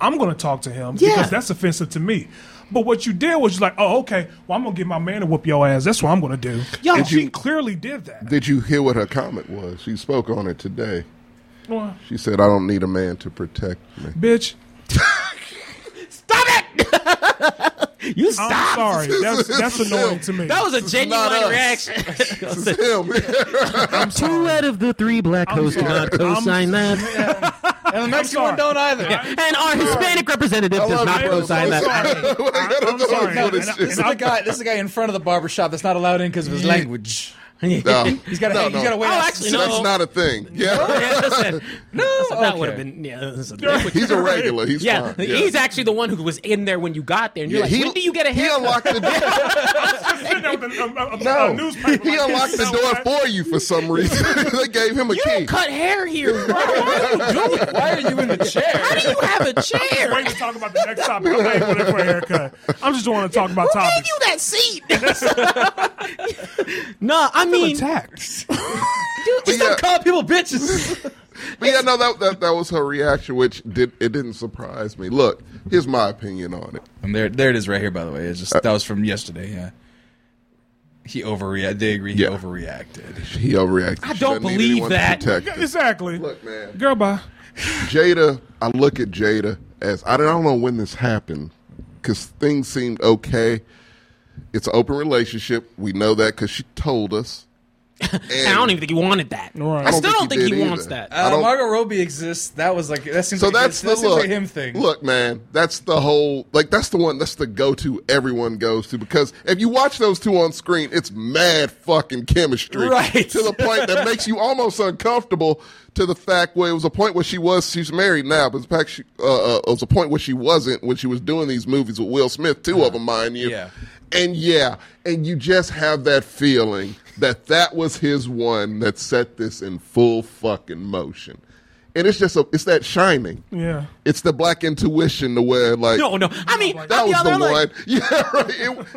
S4: I'm going to talk to him
S1: Yeah.
S4: because that's offensive to me." But what you did was you're like, "Oh, okay. Well, I'm going to get my man to whoop your ass. That's what I'm going to do."
S1: Yo.
S4: and she
S3: you-
S4: clearly did that.
S3: Did you hear what her comment was? She spoke on it today.
S4: Well,
S3: She said, "I don't need a man to protect
S1: [LAUGHS]
S3: me."
S4: bitch,
S1: stop it. [LAUGHS] you stop.
S4: I'm sorry.
S3: [LAUGHS]
S4: That's that's annoying to me.
S1: That
S4: [LAUGHS]
S1: was a
S3: not
S1: genuine [LAUGHS]
S3: us.
S1: reaction.
S3: Him.
S4: I'm sorry.
S1: out of the three black hosts
S4: sorry.
S1: cannot co-sign that,
S2: And the Mexican
S4: sorry.
S2: one don't either.
S1: [LAUGHS] and our Hispanic representative
S3: I
S1: does
S3: love
S1: not
S3: you, bro.
S1: co-sign [LAUGHS]
S3: I'm
S1: that.
S3: sorry. [LAUGHS] What I gotta
S4: I'm
S3: do
S4: sorry.
S3: is
S4: No,
S3: do this
S4: and I-
S3: shit.
S4: and
S2: This is the guy. This is the guy in front of the barber shop that's not allowed in because of his language.
S1: oh, [LAUGHS]
S3: No.
S2: He's got to.
S3: No,
S2: he's
S3: no.
S2: got to wait.
S1: Oh,
S2: out-
S1: actually, no.
S3: That's not a thing. Yeah,
S1: [LAUGHS] yeah, listen. no, that
S2: okay.
S1: would have been. Yeah, that's a-
S3: [LAUGHS] he's a regular. He's
S1: yeah,
S3: fine.
S1: he's actually the one who was in there when you got there. And you're
S3: Yeah,
S1: like, when do you get a
S3: He
S1: haircut? [LAUGHS]
S3: unlocked the door.
S4: sitting there with a, a, a, a
S3: No, [LAUGHS]
S4: newspaper.
S3: he
S4: like,
S3: unlocked
S4: "You
S3: the
S4: know
S3: door
S4: what?
S3: for you for some reason. [LAUGHS] they gave him a
S1: you
S3: key.
S1: don't cut hair here. bro. Why are you doing?
S2: Why are you in the
S1: How
S2: chair?
S1: do you have a chair?
S4: Wait to talk about the next topic. I'm not even looking for a haircut. I'm just want to talk about
S1: Who gave
S4: topics.
S1: you that seat? [LAUGHS] no, I mean,
S4: Tax.
S2: Just
S3: Yeah.
S2: don't call people bitches.
S3: But yeah, no, that, that that was her reaction, which did it didn't surprise me. Look, here's my opinion on it.
S2: And there, there it is, right here. By the way, it's just that was from yesterday. Yeah. He overreacted. They agree. He
S3: Yeah.
S2: overreacted.
S3: He overreacted.
S1: I
S3: She
S1: don't
S3: doesn't need
S1: believe
S3: anyone to
S1: that.
S3: protect her.
S4: Exactly.
S3: Look, man,
S4: Girl, bye.
S3: Jada. I look at Jada as I don't, I don't know when this happened because things seemed okay. It's an open relationship. We know that because she told us.
S1: [LAUGHS] I don't even think he wanted that.
S4: Right.
S1: I
S4: I don't
S1: still don't think he,
S3: did either.
S1: wants that.
S3: I
S2: Uh,
S3: don't-
S2: Margot Robbie exists. That was like that seems
S3: So
S2: like
S3: that's
S2: that
S3: the
S2: seems
S3: look.
S2: like him thing.
S3: Look, man, that's the whole like that's the one that's the go to everyone goes to because if you watch those two on screen, it's mad fucking chemistry.
S2: Right.
S3: To the point that makes you almost uncomfortable to the fact where it was a point where she was she's married now, but in fact she, uh, uh, it was a point where she wasn't when she was doing these movies with Will Smith, two
S1: Uh-huh.
S3: of them, mind you.
S2: Yeah.
S3: And yeah, and you just have that feeling that that was his one that set this in full fucking motion. And it's just a, it's that shining.
S4: Yeah.
S3: It's the black intuition to where like
S1: No, no. I mean,
S3: that
S1: I'm
S3: was the
S1: other,
S3: one.
S1: like,
S3: [LAUGHS] yeah, right.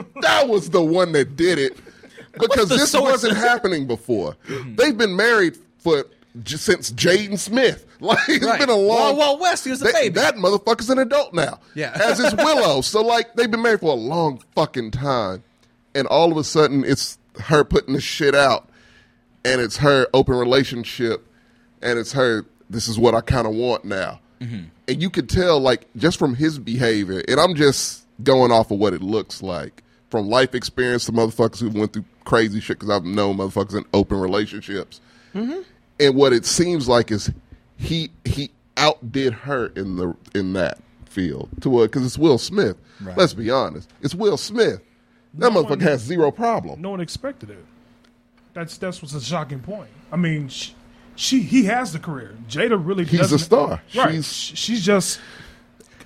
S3: It- that was the one that did it because
S1: the
S3: this
S1: source? Mm-hmm.
S3: wasn't happening before. They've been married for j- since Jaden Smith. [LAUGHS] Like it's
S2: Right.
S3: been a long.
S2: Wild Wild West, he was a
S3: That-
S2: baby.
S3: That motherfucker's an adult now.
S2: Yeah.
S3: as is Willow. So like they've been married for a long fucking time, and all of a sudden it's her putting this shit out, and it's her open relationship, and it's her. This is what I kind of want now, and you could tell like just from his behavior, and I'm just going off of what it looks like from life experience to motherfuckers who went through crazy shit because I've known motherfuckers in open relationships and what it seems like is he he outdid her in the in that field to because it's Will Smith.
S2: Right.
S3: Let's be honest, it's Will Smith. That
S4: No
S3: motherfucker
S4: one-
S3: has zero problem.
S4: No one expected it. That's that's what's a shocking point. I mean, she, she he has the career. Jada really
S3: He's a
S4: doesn't-
S3: star.
S4: Right.
S3: She's-
S4: She's, she's just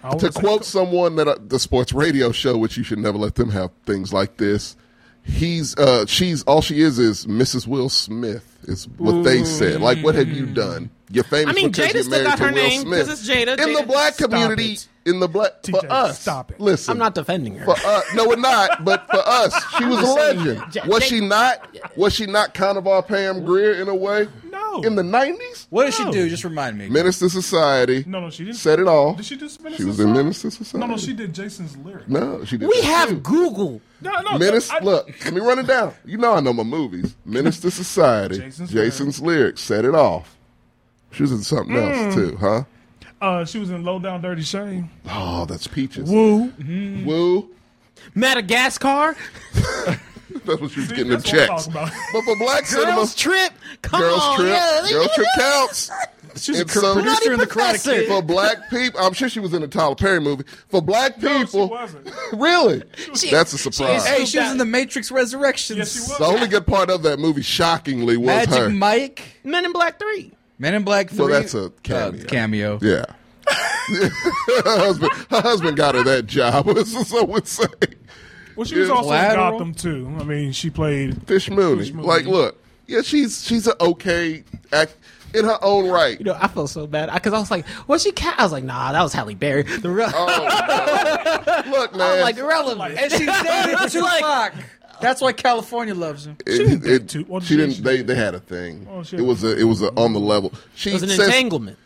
S4: I
S3: To
S4: wouldn't say-
S3: quote someone that uh, the sports radio show, which you should never let them have things like this. He's uh, she's all she is is Mrs. Will Smith is what they said. Like, what have you
S4: Mm.
S3: done? You're famous.
S1: I mean,
S3: because
S1: Jada
S3: you're
S1: still
S3: married
S1: got
S3: to
S1: her
S3: Will
S1: name, 'cause
S3: Smith.
S1: it's Jada.
S3: in the
S1: Jada,
S3: black
S1: stop
S3: community.
S1: it.
S3: In the black for
S4: TJ,
S3: us,
S4: stop it.
S3: Listen,
S1: I'm not defending her.
S3: for us. No, we're not. But for us, she was a legend.
S1: Ja-
S3: Was
S1: Ja-
S3: she not? Was she not kind of our Pam Greer in a way?
S4: No.
S3: In the nineties,
S2: What did she
S4: No.
S2: do? Just remind me.
S3: Menace to Society.
S4: No, no, she didn't.
S3: Said it all.
S4: Did she do Menace
S3: She was
S4: to
S3: in
S4: Society?
S3: Menace to Society.
S4: No, no, she did Jason's lyric.
S3: No, she did.
S1: we
S3: that
S1: have
S3: too.
S1: Google.
S4: No, no.
S3: Menace.
S4: I-
S3: look, let me run it down. You know I know my movies.
S4: [LAUGHS]
S3: Menace to Society.
S4: Jason's
S3: Jason's, lyrics. Set it off. She was in something
S4: Mm.
S3: else too, huh?
S4: Uh, she was in Low Down Dirty Shame.
S3: Oh, that's peaches. Woo.
S4: Woo.
S1: Madagascar,
S3: [LAUGHS] That's what she was getting the
S4: That's what I'm
S3: checks.
S4: talking about.
S3: But for black cinema,
S1: Girls Trip, come
S3: girls
S1: on,
S3: trip,
S1: Oh, yeah, they-
S3: girls
S1: [LAUGHS]
S3: trip counts.
S2: She's a
S3: And
S2: cr-
S3: so-
S2: producer in the Karate
S1: Professor.
S2: Kid.
S3: for black people, I'm sure she was in a Tyler Perry movie. For black
S4: No, she
S3: people, [LAUGHS]
S4: wasn't.
S3: really, that's a surprise.
S2: Hey, she was in the Matrix Resurrections.
S4: Yes, she was.
S3: the only good part of that movie, shockingly, was
S2: Magic
S3: her.
S2: Mike,
S1: Men in Black Three.
S2: Men in Black Three.
S3: Well, that's a
S2: uh,
S3: cameo.
S2: cameo.
S3: yeah, [LAUGHS] her husband, her husband got her that job. [LAUGHS] This is what I would say.
S4: Well, she was also
S2: Collateral.
S4: in Gotham too. I mean, she played.
S3: Fish Mooney,
S4: Mooney.
S3: like, look, yeah, she's she's an okay act in her own right.
S4: [LAUGHS]
S1: You know, I felt so bad because I was like, "Was she cat?" I was like, "Nah, that was Halle Berry." The real,
S3: Oh, Look, man,
S1: I'm [LAUGHS] like irrelevant.
S2: [LAUGHS]
S1: [LAUGHS]
S2: And she dated Tupac. that's why California loves him.
S3: It- it-
S4: didn't date two- well,
S3: she
S4: she-
S3: didn't.
S4: she
S3: They, they had a thing.
S4: Oh, she
S3: it
S4: had-
S3: was a it was a on the level. She
S1: It was an
S3: says
S1: entanglement.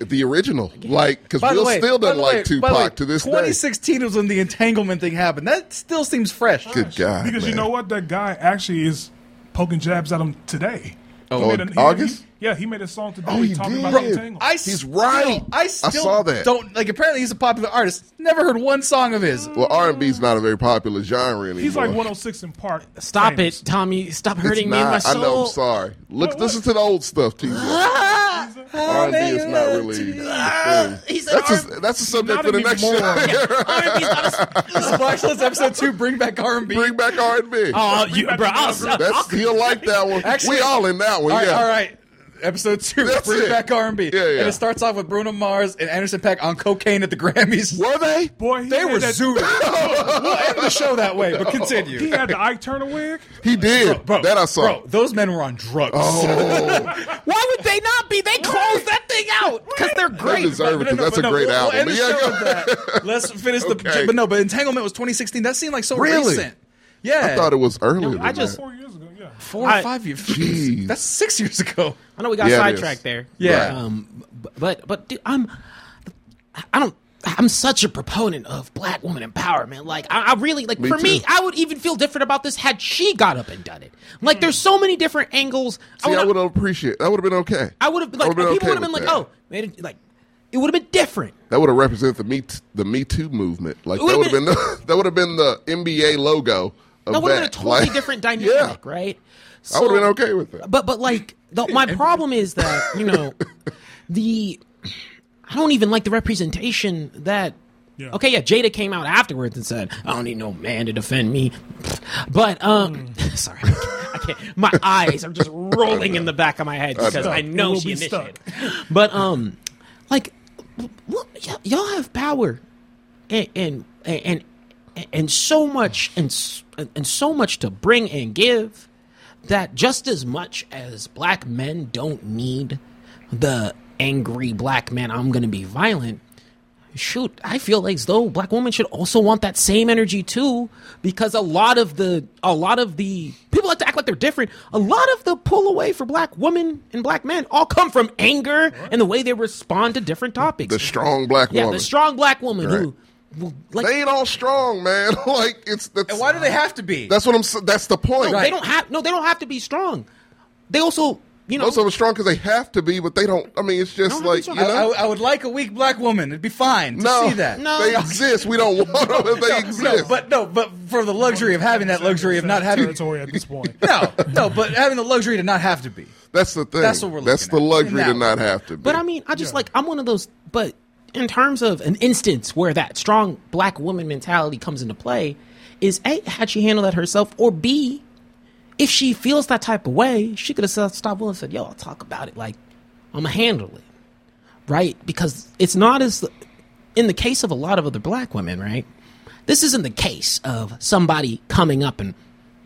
S3: the original, like because
S2: By
S3: Will
S2: the way,
S3: still
S2: by
S3: doesn't
S2: the
S3: like
S2: way, by
S3: Tupac
S2: the way,
S3: to this day.
S2: 2016 was when the entanglement thing happened. That still seems fresh.
S3: Good God,
S4: because you
S3: man.
S4: know what? That guy actually is poking jabs at him today.
S2: Oh,
S4: He made
S3: on
S4: a- he-
S3: August?
S4: he- yeah, he made a song today
S3: Oh, he
S4: talking
S3: did.
S4: about the tangle.
S2: I
S3: He's
S2: still-
S3: right.
S2: I
S3: I
S2: still
S3: saw that.
S2: Don't like. Apparently, he's a popular artist. Never heard one song of his.
S3: Well, R and B is not a very popular genre anymore.
S4: He's like 106 in Park.
S1: Stop
S4: famous.
S1: it, Tommy. Stop
S3: It's
S1: hurting me in
S3: not-
S1: my
S3: I know.
S1: soul.
S3: I'm sorry. Look,
S4: What-
S3: listen to the old stuff,
S2: [LAUGHS]
S3: T. R
S1: Ah!
S3: and B is not really.
S2: Ah,
S3: a thing.
S1: He said
S3: That's
S1: R-
S3: a, that's a subject
S4: Not
S3: for the next
S4: anymore.
S3: show.
S1: R&B's not a-
S2: Splashless episode two. Bring back R&B.
S3: [LAUGHS] Bring back R and B.
S1: Oh,
S4: Uh,
S1: you, bro, I'll,
S3: That's he'll like that one.
S2: Actually-
S3: we all in that one.
S2: All right,
S3: yeah.
S2: all right. Episode two,
S3: That's
S2: bring
S3: it.
S2: back R&B.
S3: Yeah, yeah.
S2: And it starts off with Bruno Mars and Anderson Pack on cocaine at the Grammys.
S3: Were they?
S4: Boy, he
S2: They
S4: had
S2: were
S4: that,
S2: zooted.
S3: [LAUGHS]
S2: we'll end the show that way, but
S4: He
S2: continue.
S4: had the Ike Turner wig.
S3: He did.
S2: Bro,
S3: that I saw. Oh,
S2: Bro, those men were on drugs.
S1: why would they not be? They closed that thing out because they're
S3: They
S1: great.
S3: deserve
S2: But
S3: it
S2: no,
S3: because that's
S2: but
S3: a
S2: no,
S3: great
S2: we'll- we'll
S3: album.
S2: end the
S3: Yeah,
S2: show
S3: go-
S2: with that. [LAUGHS] Let's finish the.
S3: [LAUGHS] Okay.
S2: But no, but Entanglement was 2016. That seemed like so
S3: Really?
S2: recent. Yeah,
S3: I thought it was earlier. than
S1: I just-
S3: that.
S4: Four years ago, yeah.
S2: four or
S1: I-
S2: five years. [LAUGHS]
S3: Jeez.
S2: That's six years ago.
S1: I know we got
S3: Yeah, it is.
S1: sidetracked there.
S2: Yeah.
S1: Um, b- but but dude, I'm I don't I'm such a proponent of black woman empowerment. Like I, I really like
S3: Me
S1: for me,
S3: too.
S1: I would even feel different about this had she got up and done it. Like there's so many different angles.
S3: See, I
S1: would
S3: would have appreciated. That would have been okay.
S1: I would have been like
S3: would've been
S1: people
S3: okay
S1: would have been
S3: with
S1: like,
S3: that.
S1: oh, they didn't, like it would have been different.
S3: That would have represented the me T- the Me Too movement. Like
S1: It
S3: that would
S1: would've
S3: have been, that would have been the [LAUGHS] NBA logo. Of
S1: That would have been a
S3: that.
S1: totally
S3: Like, [LAUGHS]
S1: different dynamic,
S3: Yeah,
S1: right?
S3: I would have been
S1: So-
S3: okay with it.
S1: But but like the, [LAUGHS] my problem is that you know the I don't even like the representation that.
S4: Yeah.
S1: Okay, yeah. Jada came out afterwards and said, "I don't need no man to defend me," but um, [LAUGHS]
S4: Mm.
S1: sorry, I can't. My eyes are [LAUGHS] just rolling in the back of my head because
S3: know.
S1: I know
S4: We'll
S1: she
S4: be
S1: initiated. But um, like, look, y- y'all have power, and and and and so much and s- and so much to bring and give that just as much as black men don't need the angry black man, I'm going to be violent. Shoot, I feel like as though black women should also want that same energy too, because a lot of the a lot of the people like to act like they're different. A lot of the pull away for black women and black men all come from anger and the way they respond to different topics.
S3: The strong black
S1: yeah,
S3: woman.
S1: the strong black woman who, who like
S3: they ain't all strong, man. [LAUGHS] like it's that's,
S2: And why do they have to be?
S3: that's what I'm. s- That's the point.
S1: they don't have no, they don't have to be strong. They also, you know,
S3: Most of them are strong because they have to be, but they don't. I mean, it's just
S1: Don't have to be
S3: like you
S1: strong.
S2: I, I,
S3: know.
S2: I would like a weak black woman. It'd be fine to
S3: no,
S2: see that.
S1: No.
S3: they exist. We don't [LAUGHS] want them. if They exist.
S2: No, but no, but for the luxury [LAUGHS] of having that luxury of not having
S4: territory at
S3: [LAUGHS]
S4: this point.
S2: no, no, but having the luxury to not have to be.
S3: That's the thing.
S2: That's what we're
S3: That's the
S2: looking at.
S3: luxury to
S2: Now-
S3: not have to. Be.
S1: But I mean, I just like I'm one of those. But in terms of an instance where that strong black woman mentality comes into play, is A, had she handled that herself, or B, if she feels that type of way, she could have stopped Will and said, Yo, I'll talk about it. Like, I'm going to handle it. Right? Because it's not as, in the case of a lot of other black women, right? This isn't the case of somebody coming up and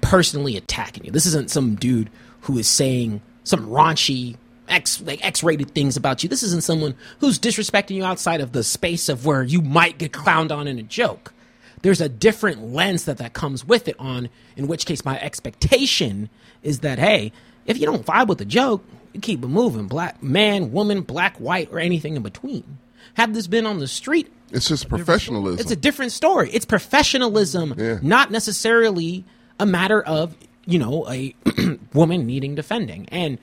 S1: personally attacking you. This isn't some dude who is saying some raunchy X like X rated things about you. This isn't someone who's disrespecting you outside of the space of where you might get clowned on in a joke. There's a different lens that that comes with it on. In which case, my expectation is that hey, if you don't vibe with the joke, you keep it moving. Black man, woman, black, white, or anything in between. Had this been on the street,
S3: It's just professionalism.
S1: it's a different story. It's professionalism,
S3: Yeah.
S1: not necessarily a matter of you know a [CLEARS THROAT] woman needing defending. And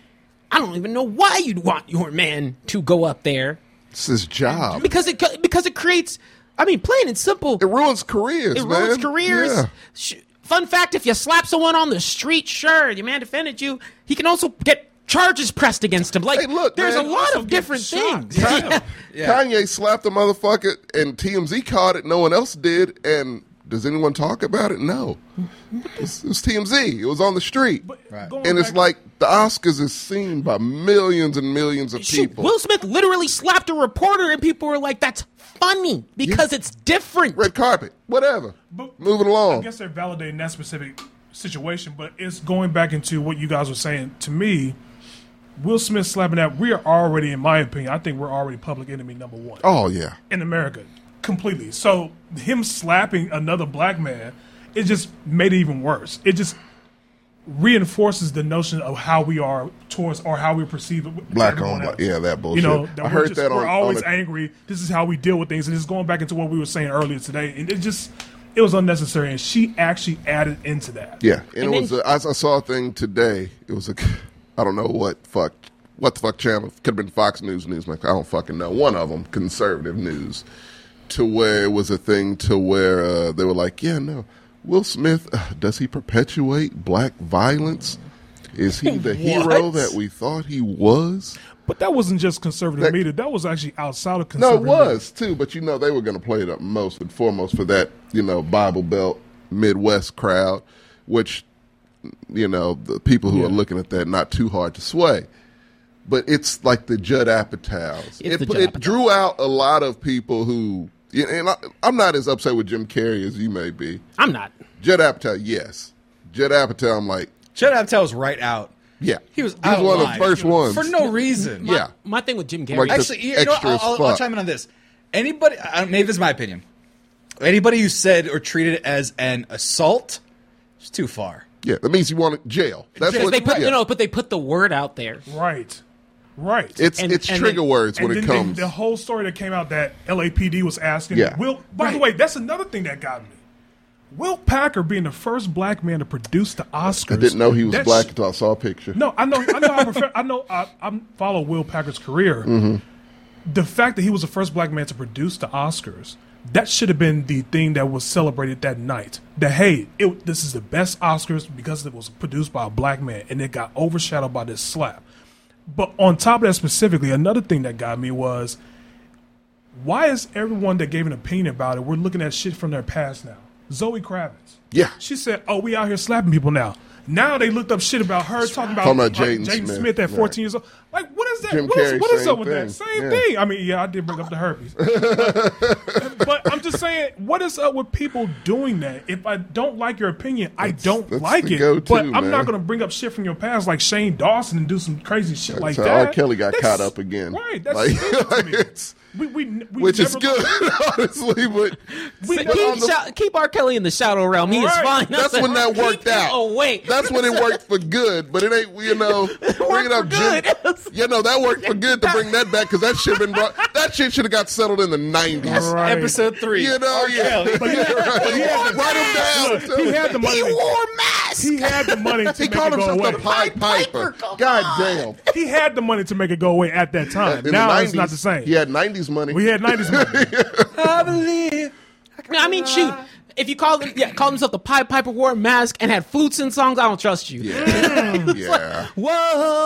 S1: I don't even know why you'd want your man to go up there
S3: it's his job.
S1: because it co- because it creates. I mean, plain and simple,
S3: It ruins careers.
S1: it ruins
S3: man.
S1: careers.
S3: Yeah.
S1: Sh- Fun fact: If you slap someone on the street, sure, your man defended you. He can also get charges pressed against him. Like,
S3: Hey, look,
S1: there's
S3: man,
S1: a lot
S3: also
S1: of different [LAUGHS]
S4: shot.
S1: things.
S3: Kanye, Kanye slapped the motherfucker, and TMZ caught it. No one else did. And does anyone talk about it? No. It's, it's TMZ. It was on the street,
S4: going
S3: and it's
S4: back-
S3: like the Oscars is seen by millions and millions of
S1: Shoot,
S3: people.
S1: Will Smith literally slapped a reporter, and people were like, "That's funny because it's different."
S3: Red carpet, whatever.
S4: But-
S3: Moving
S4: I
S3: along.
S4: guess they're validating that specific situation, but it's going back into what you guys were saying. To me, Will Smith slapping that, we are already, in my opinion, I think we're already public enemy number one
S3: Oh yeah.
S4: in America completely. So him slapping another black man, it just made it even worse. It just reinforces the notion of how we are towards or how we perceive
S3: Black
S4: everyone
S3: on
S4: else.
S3: black. Yeah, that
S4: You
S3: bullshit.
S4: know, that
S3: I
S4: we're
S3: heard
S4: just-
S3: that on.
S4: we're always
S3: on a-
S4: angry. This is how we deal with things, and it's going back into what we were saying earlier today. And it just, it was unnecessary, and she actually added into that.
S3: Yeah, and,
S1: And
S3: it was.
S1: then-
S3: A, I, I saw a thing today. It was a. [LAUGHS] I don't know what fuck. What the fuck channel? Could have been Fox News, Newsmax. I don't fucking know. One of them, conservative news, to where it was a thing to where uh, they were like, yeah, no, Will Smith uh, does he perpetuate black violence? Is
S1: [LAUGHS]
S3: he the hero
S1: What?
S3: that we thought he was?
S4: But that wasn't just conservative
S3: That-
S4: media; that was actually outside of
S3: No, it
S4: conservative. media.
S3: was too, but you know they were going to play it up most and foremost for that you know Bible Belt Midwest crowd, which you know the people who are looking at that not too hard to sway. But it's like the Judd Apatow's.
S1: It's
S3: It,
S1: the Judd
S3: it
S1: Apatow.
S3: drew out a lot of people who, and I, I'm not as upset with Jim Carrey as you may be.
S1: I'm not.
S3: Judd Apatow, yes, Judd Apatow. I'm like,
S2: Judd Apatow was right out.
S3: yeah,
S2: He was
S3: he was
S2: out
S3: one of
S2: line.
S3: the first ones.
S2: for no reason.
S3: yeah,
S1: My thing with Jim Carrey.
S3: Like the-
S2: Actually, you know, what?
S3: extra
S2: I'll,
S3: as
S2: I'll, I'll
S3: fuck.
S2: chime in on this. Anybody, I, don't- maybe this is my opinion. Anybody who said or treated it as an assault, it's too far.
S3: yeah. That means you want jail. That's
S1: because
S3: what
S1: they put
S3: yeah.
S1: you know, but they put the word out there.
S4: right, right.
S3: It's
S1: and-
S3: it's
S1: and
S3: trigger
S1: then-
S3: words when
S4: and
S3: it
S4: then the-
S3: comes.
S4: The, whole story that came out that LAPD was asking.
S3: Yeah.
S4: Will, by the way, that's another thing that got me. Will Packer being the first black man to produce the Oscars.
S3: I didn't know he was
S4: that
S3: black
S4: sh-
S3: until I saw a picture.
S4: no, I know. I know. I, prefer, I know. I, I follow Will Packer's career. The fact that he was the first black man to produce the Oscars. That should have been the thing that was celebrated that night. That hey, it, this is the best Oscars because it was produced by a black man, and it got overshadowed by this slap. But on top of that, specifically, another thing that got me was why is everyone that gave an opinion about it, we're looking at shit from their past now? Zoe Kravitz.
S3: Yeah.
S4: She said, oh, we out here slapping people now. Now they looked up shit about her talking about,
S3: Talking about
S4: uh,
S3: Jaden
S4: Smith.
S3: Smith.
S4: at 14
S3: Right.
S4: years old. Like, what is that?
S3: Jim
S4: what is,
S3: Carrey,
S4: what is
S3: same
S4: up with
S3: thing.
S4: that? Same
S3: Yeah.
S4: thing. I mean, yeah, I did bring up
S3: [LAUGHS]
S4: the herpes. but I'm just saying, what is up with people doing that? If I don't like your opinion, I don't
S3: that's
S4: like
S3: the
S4: it.
S3: go-to,
S4: but I'm not
S3: man.
S4: going to bring up shit from your past like Shane Dawson and do some crazy shit like
S3: so R.
S4: that.
S3: Kelly got
S4: That's-
S3: caught up again.
S4: Right. That's
S3: Like, [LAUGHS]
S4: stupid to me.
S3: it's-
S4: We, we, we
S3: which is
S4: never-
S3: good, [LAUGHS] honestly. But
S4: We
S1: Keep,
S4: never-
S1: Sha- keep R. Kelly in the shadow realm. He is
S4: Right.
S1: fine.
S3: that's when that
S1: Keep
S3: worked
S1: him
S3: out.
S1: away.
S3: that's when it worked for good. But it ain't, you
S4: [LAUGHS]
S3: know, bringing up Jim. [LAUGHS]
S1: good.
S3: You know that worked for good to bring that back because that shit been brought. That shit should have got settled in the nineties.
S4: Right.
S2: Episode three.
S3: You know,
S2: R.
S3: yeah.
S2: Kelly.
S3: Yeah, right. Write him down.
S4: Look, he had the money.
S1: He
S4: To,
S1: wore masks.
S4: [LAUGHS] he had the money to
S3: He
S4: make it
S3: called
S4: go
S3: himself
S4: away.
S3: the Pied Piper.
S1: come
S3: God
S1: on.
S3: damn.
S4: he had the money to make it go away at that time.
S3: In
S4: now
S3: the 90s,
S4: it's not the same.
S3: He had nineties money.
S4: we had nineties
S3: [LAUGHS]
S4: money.
S2: I believe.
S1: No, I mean, shoot. If you call him, yeah, call himself the Pied Piper, wore a mask, and had flutes and songs, I don't trust you.
S3: yeah. [LAUGHS] yeah.
S1: Whoa,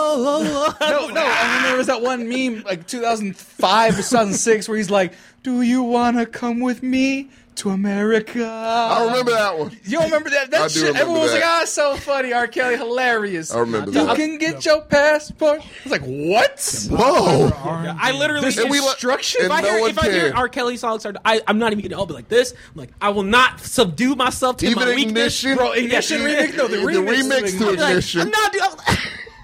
S4: [LAUGHS]
S1: whoa, whoa.
S2: No, no. I mean, there was that one meme, like 2005 or 2006, where he's like, "Do you wanna come with me to America.
S3: I remember that one.
S2: You don't remember that? That
S3: I do
S2: shit.
S3: remember
S2: Everyone was like,
S3: that.
S2: "Ah, so funny." R. Kelly, hilarious.
S3: I remember
S2: You
S3: that.
S2: can get your passport. I was like, "What?"
S3: Whoa.
S1: I literally
S2: There's
S3: we let-
S2: instruction.
S1: if I
S3: no
S1: hear
S3: one
S1: if I hear
S3: cared.
S1: R. Kelly songs, are, I, I'm not even gonna help it like this. I'm like, I will not subdue myself to
S3: Even
S1: my weakness.
S3: ignition.
S2: Bro, ignition remix. No, the,
S3: The remix to
S2: ignition.
S1: Like,
S3: ignition.
S1: I'm [LAUGHS] not.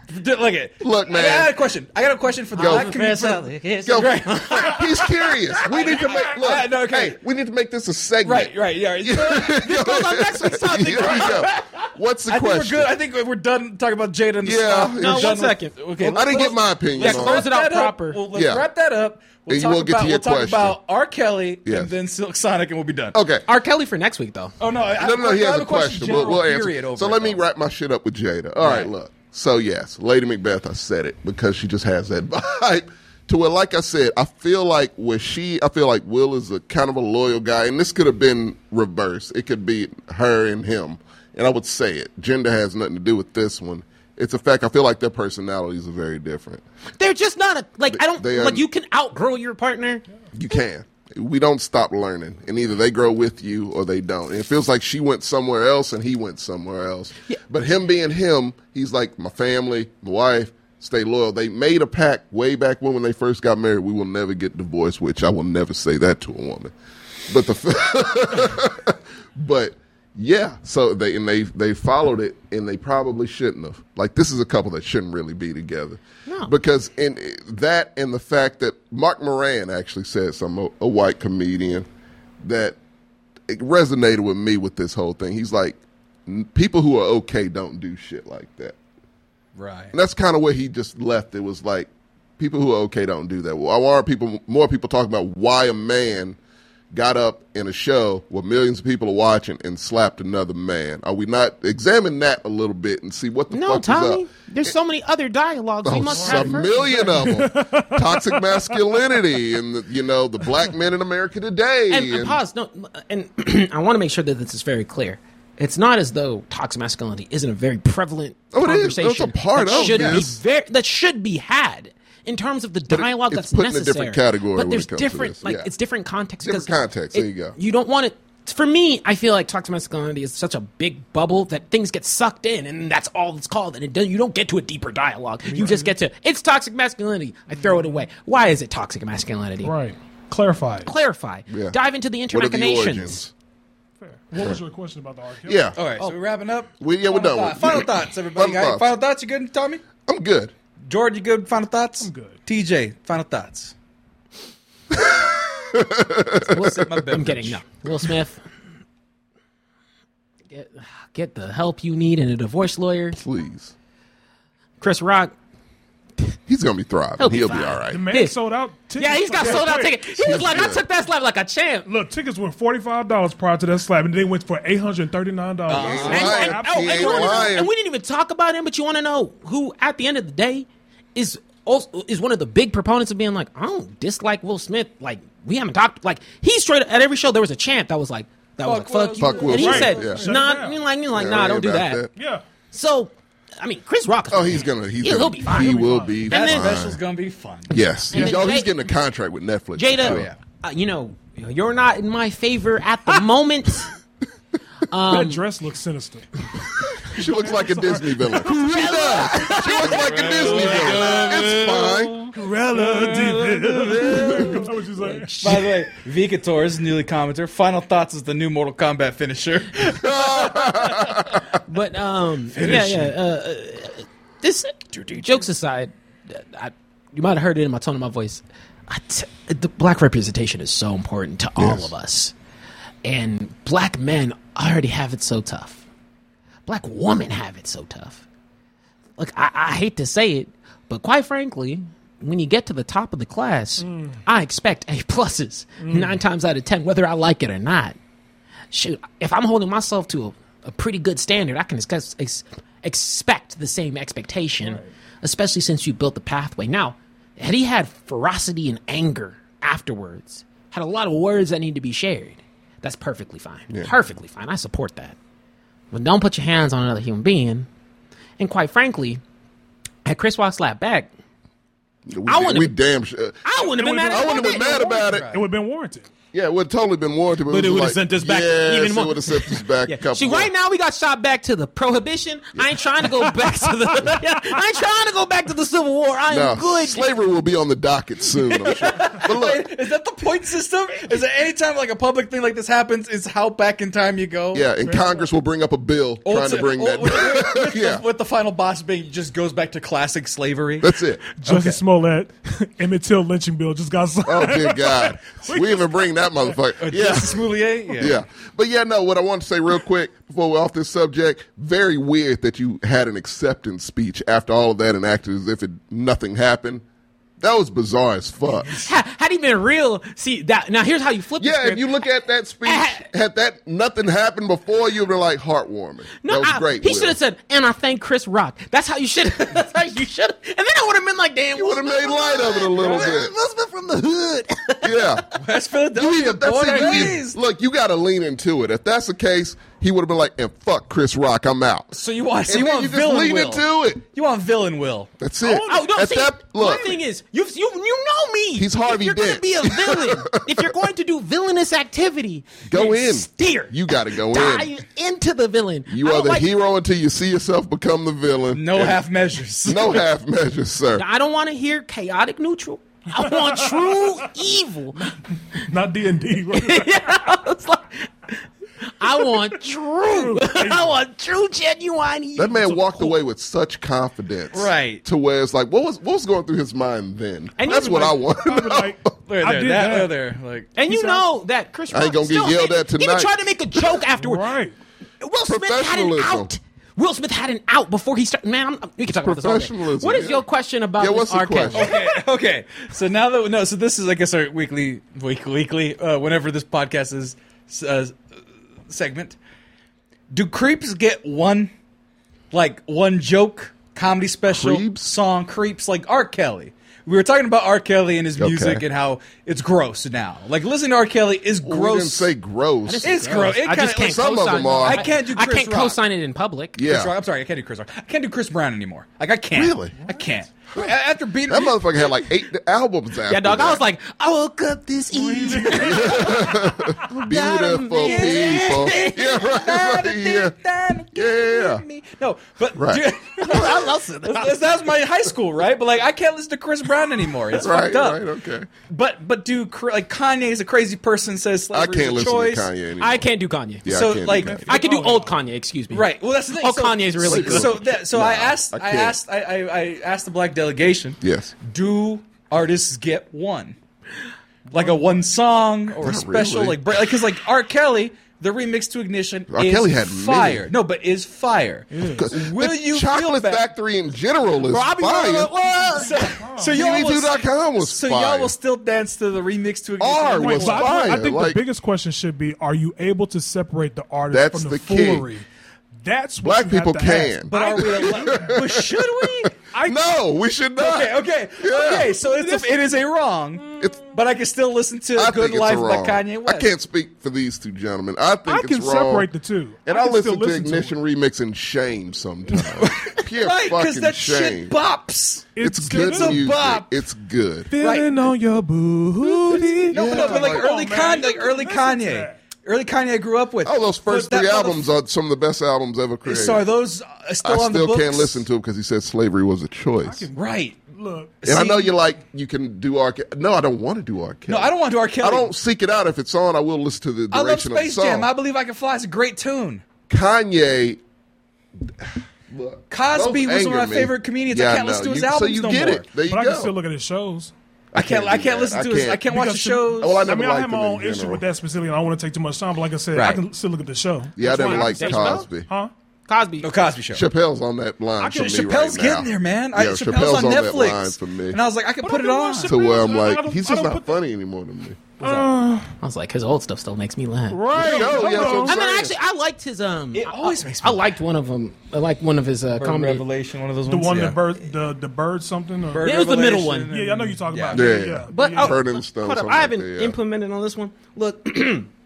S2: Dude, Look at
S3: Look,
S2: I got
S3: man.
S2: a question. I got a question for the
S3: Go.
S2: black community. for the-
S3: Yo,
S1: Yo,
S3: [LAUGHS] he's curious. We need to
S2: [LAUGHS]
S3: make look.
S2: Alright, no, okay.
S3: Hey, we need to make this a segment.
S2: Right,
S3: [LAUGHS]
S2: right, yeah.
S3: Yo,
S2: on next week's topic.
S3: Here we go. What's the
S2: I think we're
S3: question?
S2: good. I think we're done talking about Jada and the
S3: Yeah,
S2: Snow.
S3: yeah.
S2: We're
S3: No,
S1: one
S2: done with-
S1: second.
S2: Okay,
S3: I didn't
S2: let's-
S3: get my opinion.
S1: Yeah,
S3: on
S1: close
S3: it.
S1: it out
S2: that up.
S1: proper.
S2: We'll let's
S3: Yeah.
S2: wrap that up. We'll
S3: And
S2: talk
S3: we'll get to
S2: about
S3: your
S2: we'll talk
S3: question.
S2: about R. Kelly
S3: Yes.
S2: and then Silk Sonic, and we'll be done.
S3: Okay.
S1: R. Kelly for next week though.
S2: Oh no, I,
S3: No, no, no, he
S2: I
S3: has
S2: have
S3: a question. We'll,
S2: general
S3: we'll
S2: period
S3: answer.
S2: over
S3: So
S2: it,
S3: let me
S2: though.
S3: wrap my shit up with Jada. All right,
S2: Right.
S3: look. So yes, Lady Macbeth, I said it because she just has that [LAUGHS] vibe. To where, like I said, I feel like where she, I feel like Will is a kind of a loyal guy, and this could have been reversed. It could be her and him, and I would say it. Gender has nothing to do with this one. It's a fact. I feel like their personalities are very different.
S1: They're just not a like. I don't
S3: They are-
S1: like. You can outgrow your partner.
S3: You can. We don't stop learning, and either they grow with you or they don't. And it feels like she went somewhere else and he went somewhere else. But him being him, he's like my family, my wife. Stay loyal. They made a pact way back when when they first got married. We will never get divorced, which I will never say that to a woman. But the, but yeah. So they and they they followed it, and they probably shouldn't have. Like this is a couple that shouldn't really be together.
S1: No.
S3: Because in that and the fact that Mark Moran actually said something, a, a white comedian, that it resonated with me with this whole thing. He's like, "N- people who are okay don't do shit like that.
S2: Right.
S3: And that's kind of where he just left. It was like people who are okay don't do that. Why are people more people talking about why a man got up in a show where millions of people are watching and slapped another man? Are we not examine that a little bit and see what the
S1: No,
S3: fuck is
S1: Tommy.
S3: up?
S1: There's so many other dialogues we
S3: Oh,
S1: must
S3: a
S1: have. first.
S3: million of them. Toxic masculinity and the, you know the black men in America today.
S1: and, and pause. No, and [CLEARS THROAT] I want to make sure that this is very clear. It's not as though toxic masculinity isn't a very prevalent
S3: Oh, it is. It's a
S1: conversation
S3: part
S1: that
S3: of
S1: should
S3: this.
S1: be very, that should be had in terms of the dialogue that's
S3: it's put in a
S1: necessary.
S3: different category
S1: but
S3: when
S1: there's
S3: it comes to
S1: different,
S3: this.
S1: like
S3: Yeah.
S1: it's different context.
S3: Different
S1: 'cause
S3: context.
S1: it-
S3: There you go.
S1: You don't want it. For me, I feel like toxic masculinity is such a big bubble that things get sucked in, and that's all it's called. And it does, you don't get to a deeper dialogue. You just get to it's toxic masculinity. I throw it away. Why is it toxic masculinity?
S4: Right. Clarify.
S1: Clarify.
S3: Yeah.
S1: Dive into the
S3: what are the
S1: internationalizations. [LAUGHS]
S3: origins?
S4: What was your question about the R. Kelly?
S3: Yeah,
S2: All right. So we're wrapping up.
S3: Oh. We- yeah, we're
S2: Final
S3: done with-
S2: thought- Final
S3: [LAUGHS]
S2: thoughts, everybody.
S3: Final
S2: Final,
S3: thoughts.
S2: final thoughts. You good, Tommy?
S3: I'm good.
S2: Jordan, you good? Final thoughts. I'm
S4: good.
S2: TJ, final thoughts.
S1: Will Smith- I'm kidding. No, [LAUGHS] Will Smith. Get, get the help you need and a divorce lawyer.
S3: Please,
S1: Chris Rock.
S3: he's gonna be thriving.
S1: He'll
S3: He'll
S1: be
S3: be,
S1: fine.
S3: all right.
S4: The man
S1: Big.
S4: sold out tickets.
S1: Yeah, he's got sold out
S4: Wait.
S1: tickets. He was like, I took that slap like a champ.
S4: Look, tickets were forty five dollars prior to that slap, and they went for eight hundred and thirty nine dollars.
S3: Uh-huh.
S1: And,
S3: Liar.
S1: and- oh,
S3: He
S1: and
S3: ain't
S1: you wanna know-
S3: lying.
S1: and we didn't even talk about him, but you want to know who, at the end of the day, is also, is one of the big proponents of being like, I don't dislike Will Smith. Like we haven't talked. Like he straight at every show there was a champ that was like that was
S2: Fuck
S1: like fuck
S2: Will
S1: you,
S2: Smith.
S3: Fuck Will
S1: and he said,
S3: Smith, yeah. Shut
S1: Nah,
S4: down.
S1: you like, you like,
S3: Yeah,
S1: nah,
S3: we
S1: don't
S3: ain't
S1: do
S3: about
S1: that.
S4: Yeah.
S1: So, I mean, Chris Rock.
S3: Oh, he's gonna. He's
S1: Yeah,
S3: gonna,
S1: he'll be fine.
S3: He
S1: He'll be
S3: will
S4: fine.
S3: be.
S2: That
S1: then-
S3: fine.
S2: special's gonna be fun.
S3: Yes.
S1: And
S3: He's,
S1: then
S3: oh, he's
S1: Jada-
S3: getting a contract with Netflix.
S1: Jada,
S3: Sure.
S1: uh, you know, you're not in my favor at
S3: [LAUGHS]
S1: the moment. Um,
S4: that dress looks sinister.
S3: She looks like a Disney villain. She does. She looks like a Disney villain. It's fine.
S4: Relative. I was just like,
S2: By the way, Vika Torres, newly commenter. Final thoughts is the new Mortal Kombat finisher.
S3: [LAUGHS]
S1: But um, yeah, yeah. Uh, uh, this jokes aside, uh, I, you might have heard it in my tone of my voice. I t- the black representation is so important to all
S3: Yes.
S1: of us, and black men already have it so tough. Black women have it so tough. Look, I, I hate to say it, but quite frankly. When you get to the top of the class, I expect A pluses nine times out of ten, whether I like it or not shoot, if I'm holding myself to a, a pretty good standard, I can ex- ex- expect the same expectation, especially since you built the pathway. Now, had he had ferocity and anger afterwards, had a lot of words that need to be shared, that's perfectly fine. Perfectly fine. I support that. But don't put your hands on another human being. And quite frankly, had Chris Rock slapped back,
S3: We,
S1: I wouldn't-
S3: we damn sure.
S1: I wouldn't have been mad
S3: I
S1: at
S3: wouldn't have been mad about it.
S4: it would have been warranted.
S3: Yeah, it would have totally been warranted, but,
S1: But it
S3: would
S1: would've
S3: have
S1: sent us back
S3: yes,
S1: even more.
S3: It would have sent
S1: [LAUGHS]
S3: us back a couple.
S1: See, right now we got shot back to the prohibition. I ain't trying to go back to the.
S3: [LAUGHS]
S1: I ain't trying to go back to the Civil War. I
S3: No,
S1: am good.
S3: slavery will be on the docket soon.
S1: [LAUGHS]
S3: I'm sure. But look,
S2: Is that the point system? Is that anytime like a public thing like this happens, is how back in time you go?
S3: yeah, and Congress will bring up a bill
S2: Old
S3: trying
S2: s-
S3: to bring
S2: old-
S3: [LAUGHS] that.
S2: with, the-
S3: yeah,
S2: with the final boss being just goes back to classic slavery.
S3: that's it.
S4: Justice Smollett, [LAUGHS] Emmett Till lynching bill just got signed.
S3: Oh, dear
S1: [LAUGHS]
S3: God, we even bring that motherfucker. Yeah.
S2: Justice Smollett? Yeah.
S3: [LAUGHS] Yeah. But yeah, no, what I want to say real quick before we're off this subject, very weird that you had an acceptance speech after all of that and acted as if it, nothing happened. That was bizarre as fuck.
S1: Ha- had he been real, see that. Now here's how you flip. the
S3: Yeah, if
S1: script.
S3: you look at that speech,
S1: Ah.
S3: had that nothing happened before, you'd be like heartwarming. that was
S1: I-
S3: great.
S1: He
S3: Will.
S1: should have said, "And I thank Chris Rock." That's how you should. [LAUGHS] That's how you should. And then I would have been like, "Damn,
S3: You would've
S1: Will Smith
S3: made
S1: from the
S3: light of it a
S1: hood.
S3: little
S1: Will
S3: bit.
S1: Smith from the hood.
S3: [LAUGHS] Yeah.
S2: That's
S3: You
S2: Philadelphia.
S3: either- that's
S2: born
S3: it,
S2: and
S3: you either-
S2: raised.
S3: look, you got to lean into it. If that's the case, he would have been like, and fuck Chris Rock, I'm out.
S2: So you want so
S3: and
S2: you
S3: then
S2: want
S3: you just
S2: villain
S3: lean
S2: will.
S3: into it.
S2: You want villain will.
S3: That's it.
S1: Oh no!
S3: At
S1: See,
S3: that-
S1: my
S3: look,
S1: thing is, you you you know me.
S3: He's
S1: If
S3: Harvey
S1: you're
S3: Dent.
S1: going to be a villain, if you're going to do villainous activity,
S3: Go
S1: then
S3: in.
S1: Steer.
S3: You gotta go in.
S1: Dive into the villain.
S3: You
S1: I
S3: are
S1: don't
S3: the
S1: like-
S3: hero until you see yourself become the villain.
S2: No
S3: And
S2: half measures. [LAUGHS]
S3: no half measures, sir.
S1: I don't want to hear chaotic neutral. I want true evil.
S4: [LAUGHS] Not D and
S1: [LAUGHS]
S4: D. right?
S1: It's like, I want true. I want true, genuine evil.
S3: That man walked away with such confidence,
S2: Right.
S3: To where it's like, what was what was going through his mind then?
S1: And
S3: That's
S1: you-
S3: what I want.
S4: I
S1: [LAUGHS]
S4: was like,
S2: Look at
S4: I
S2: there,
S4: did
S2: that,
S4: that.
S2: look there, like
S1: And you
S4: He's
S1: know that Chris Rock
S3: I ain't gonna get
S1: still-
S3: yelled at
S1: Even
S3: tonight.
S1: tried to make a joke afterward.
S4: Right.
S1: Will Smith had an
S3: Professionalism.
S1: out. Will Smith had an out before he started. Man, I'm, we can talk about this. All day.
S3: Professionalism,
S1: What is
S3: yeah.
S1: your question about
S3: Yeah,
S1: this
S3: what's the
S1: R. Kelly?
S3: question?
S2: okay, okay. So now that no, so this is I guess our weekly, week, weekly, uh, whenever this podcast is uh, segment. Do creeps get one, like one joke comedy special
S3: Creeps?
S2: song? Creeps like R. Kelly. We were talking about R. Kelly and his music
S3: Okay.
S2: and how it's gross now. Like listening to R. Kelly is
S3: Oh, We
S2: gross.
S3: didn't say gross.
S2: it's gross. It
S1: I
S2: kinda,
S1: just can't.
S3: some of
S1: co-sign-
S3: them are.
S2: I can't do
S1: I
S2: Chris
S1: can't
S2: Rock.
S1: co-sign it in public.
S3: yeah,
S2: Chris Rock- I'm sorry, I can't do Chris Rock. I can't do Chris Brown anymore. Like I can't.
S3: Really?
S2: I can't. A- After beating
S3: that motherfucker had like eight albums after.
S1: Yeah, dog.
S3: that.
S1: I was like, I woke up this
S4: [LAUGHS]
S1: evening.
S3: beautiful
S4: [LAUGHS]
S3: people. Yeah, right. yeah. Yeah.
S2: No, but
S3: Right.
S2: [LAUGHS] dude,
S1: [LAUGHS] I lost it.
S2: that's, that's my high school, right? But like, I can't listen to Chris Brown anymore. It's
S3: [LAUGHS] Right,
S2: fucked up.
S3: right, okay.
S2: But but do cr- like Kanye's a crazy person says
S3: I
S2: slavery
S3: can't
S2: is a
S3: listen
S2: choice.
S3: to Kanye
S1: [LAUGHS]
S3: anymore.
S1: I can't do Kanye.
S3: Yeah,
S2: so,
S3: I can't
S2: like,
S3: do Kanye.
S1: I can do old Kanye. Excuse me.
S2: [LAUGHS] Right. Well, that's the thing.
S1: Oh,
S2: so,
S1: Kanye's really
S2: so,
S3: good.
S2: So, that, so I asked.
S3: I
S2: I,
S3: can't.
S2: asked. I, I, I asked the black delegation.
S3: Yes.
S2: Do artists get one, like a one song or a
S3: Not
S2: special,
S3: really.
S2: like break- like because like R. Kelly, the remix to Ignition
S3: R.
S2: is
S3: Kelly had many.
S2: fire. No, but is fire. Will
S3: the
S2: you feel
S3: Chocolate
S2: bad?
S3: Factory in general is
S1: Bro, I'll be
S3: fire.
S1: like, "Whoa."
S2: So, so y'all will,
S3: TV2.com was
S2: so
S3: fire.
S2: y'all will still dance to the remix to Ignition.
S3: R
S4: Wait,
S3: was
S4: so I, think- I
S3: fire,
S4: think
S3: like-
S4: the biggest question should be: Are you able to separate the artist
S3: That's
S4: from
S3: the
S4: the,
S3: key.
S4: foolery? That's what
S3: Black
S4: you have
S3: people
S4: to
S3: can.
S4: ask.
S2: but are we?
S3: [LAUGHS]
S2: Allowed, but should we?
S4: I,
S3: No, we should not.
S2: Okay, okay,
S3: Yeah.
S2: okay. So it's a, it is a wrong,
S3: It's-
S2: but I can still listen to
S3: I
S2: "Good
S3: think it's
S2: Life"
S3: a wrong.
S2: by Kanye West.
S3: I can't speak for these two gentlemen. I think
S4: I
S3: it's
S4: can
S3: wrong.
S4: separate the two.
S3: And
S4: I
S3: I,
S4: can
S3: listen,
S4: still listen
S3: to
S4: to
S3: Ignition Remix in shame sometimes.
S4: [LAUGHS]
S3: Pure
S2: Right, because
S3: fucking
S2: that
S3: shame.
S2: shit bops.
S3: it's,
S4: It's
S3: good
S4: good. It's a
S3: music.
S2: bop.
S3: It's good.
S4: Feeling on your booty.
S2: [LAUGHS] No, no, but like
S3: like,
S2: early
S4: come
S2: Kanye,
S4: on, Oh, man.
S2: like early
S4: Listen to
S2: Kanye,
S4: that.
S2: early Kanye I grew up with.
S3: Oh, those first
S2: But that
S3: three
S2: mother-
S3: albums are some of the best albums ever created.
S2: So are those uh, still
S3: I
S2: on the
S3: still
S2: books?
S3: can't listen to him because he said slavery was a choice.
S4: can-
S2: Right.
S4: Look,
S3: and I know
S2: See-
S3: you're like, you can do R. Ke- No, I don't want to do R.
S2: No,
S3: Kelly.
S2: I don't want to R.
S3: I
S2: Kelly.
S3: don't seek it out. If it's on, I will listen to the
S2: I love
S3: direction
S2: Space
S3: of the song.
S2: Jam. I believe I can fly. It's a great tune.
S3: Kanye. Look,
S2: Cosby
S3: both
S2: was one of
S3: anger
S2: my
S3: me.
S2: favorite comedians. I can't
S3: know.
S2: listen to his
S3: you, So
S2: albums
S3: you
S2: no
S3: get
S2: more.
S3: it. There you
S4: but I
S3: go.
S4: can still look at his shows.
S2: I can't.
S3: can't
S2: I
S3: do
S2: can't
S3: that.
S2: listen
S3: I
S2: to his. I
S3: can't.
S2: can't watch the
S4: Because to-
S2: shows.
S3: Well, I
S4: I
S3: never
S4: mean, I
S3: liked
S4: have
S3: him
S4: my
S3: in
S4: own issue
S3: general.
S4: with that specifically. and I don't want to take too much time, but like I said, I
S2: Right.
S4: can still look at the show.
S3: Yeah, I
S4: That's
S3: didn't
S4: why
S3: like
S4: said-
S3: Cosby.
S4: Huh?
S1: Cosby.
S2: No Cosby Show.
S3: Chappelle's on that line for me
S2: Chappelle's
S3: right now.
S2: getting there, man. I,
S3: Yeah,
S2: Chappelle's, on,
S3: that
S2: Netflix.
S3: line for me.
S2: And I was like, I can
S4: But
S2: put
S4: I
S2: it
S4: don't
S2: on.
S4: watch
S3: to where I'm
S4: I
S3: like,
S4: don't-
S3: he's
S4: I
S3: just
S4: don't
S3: not
S4: put
S3: funny anymore to me.
S4: Uh,
S1: I was like, his old stuff still makes me laugh.
S4: right.
S3: Yo, yeah, that's what I'm
S4: hello.
S1: I mean,
S3: Sorry.
S1: actually, I liked his. Um,
S2: It
S1: I-
S2: always makes me
S1: I liked one of them. I liked one of his uh, comedy.
S2: Revelation, one of those
S4: the one
S2: yeah.
S4: that bird, the the bird something. Or,
S2: Bird
S1: Yeah, it was the middle
S2: Revelation
S1: one.
S4: Yeah, I know you talk
S2: Yeah.
S4: about. it.
S3: Yeah.
S4: yeah.
S1: But
S4: yeah.
S1: oh,
S3: Burning
S1: look,
S3: Stone,
S1: hold up,
S3: something
S1: I
S3: like
S1: haven't
S3: that, yeah.
S1: implemented on this one. Look,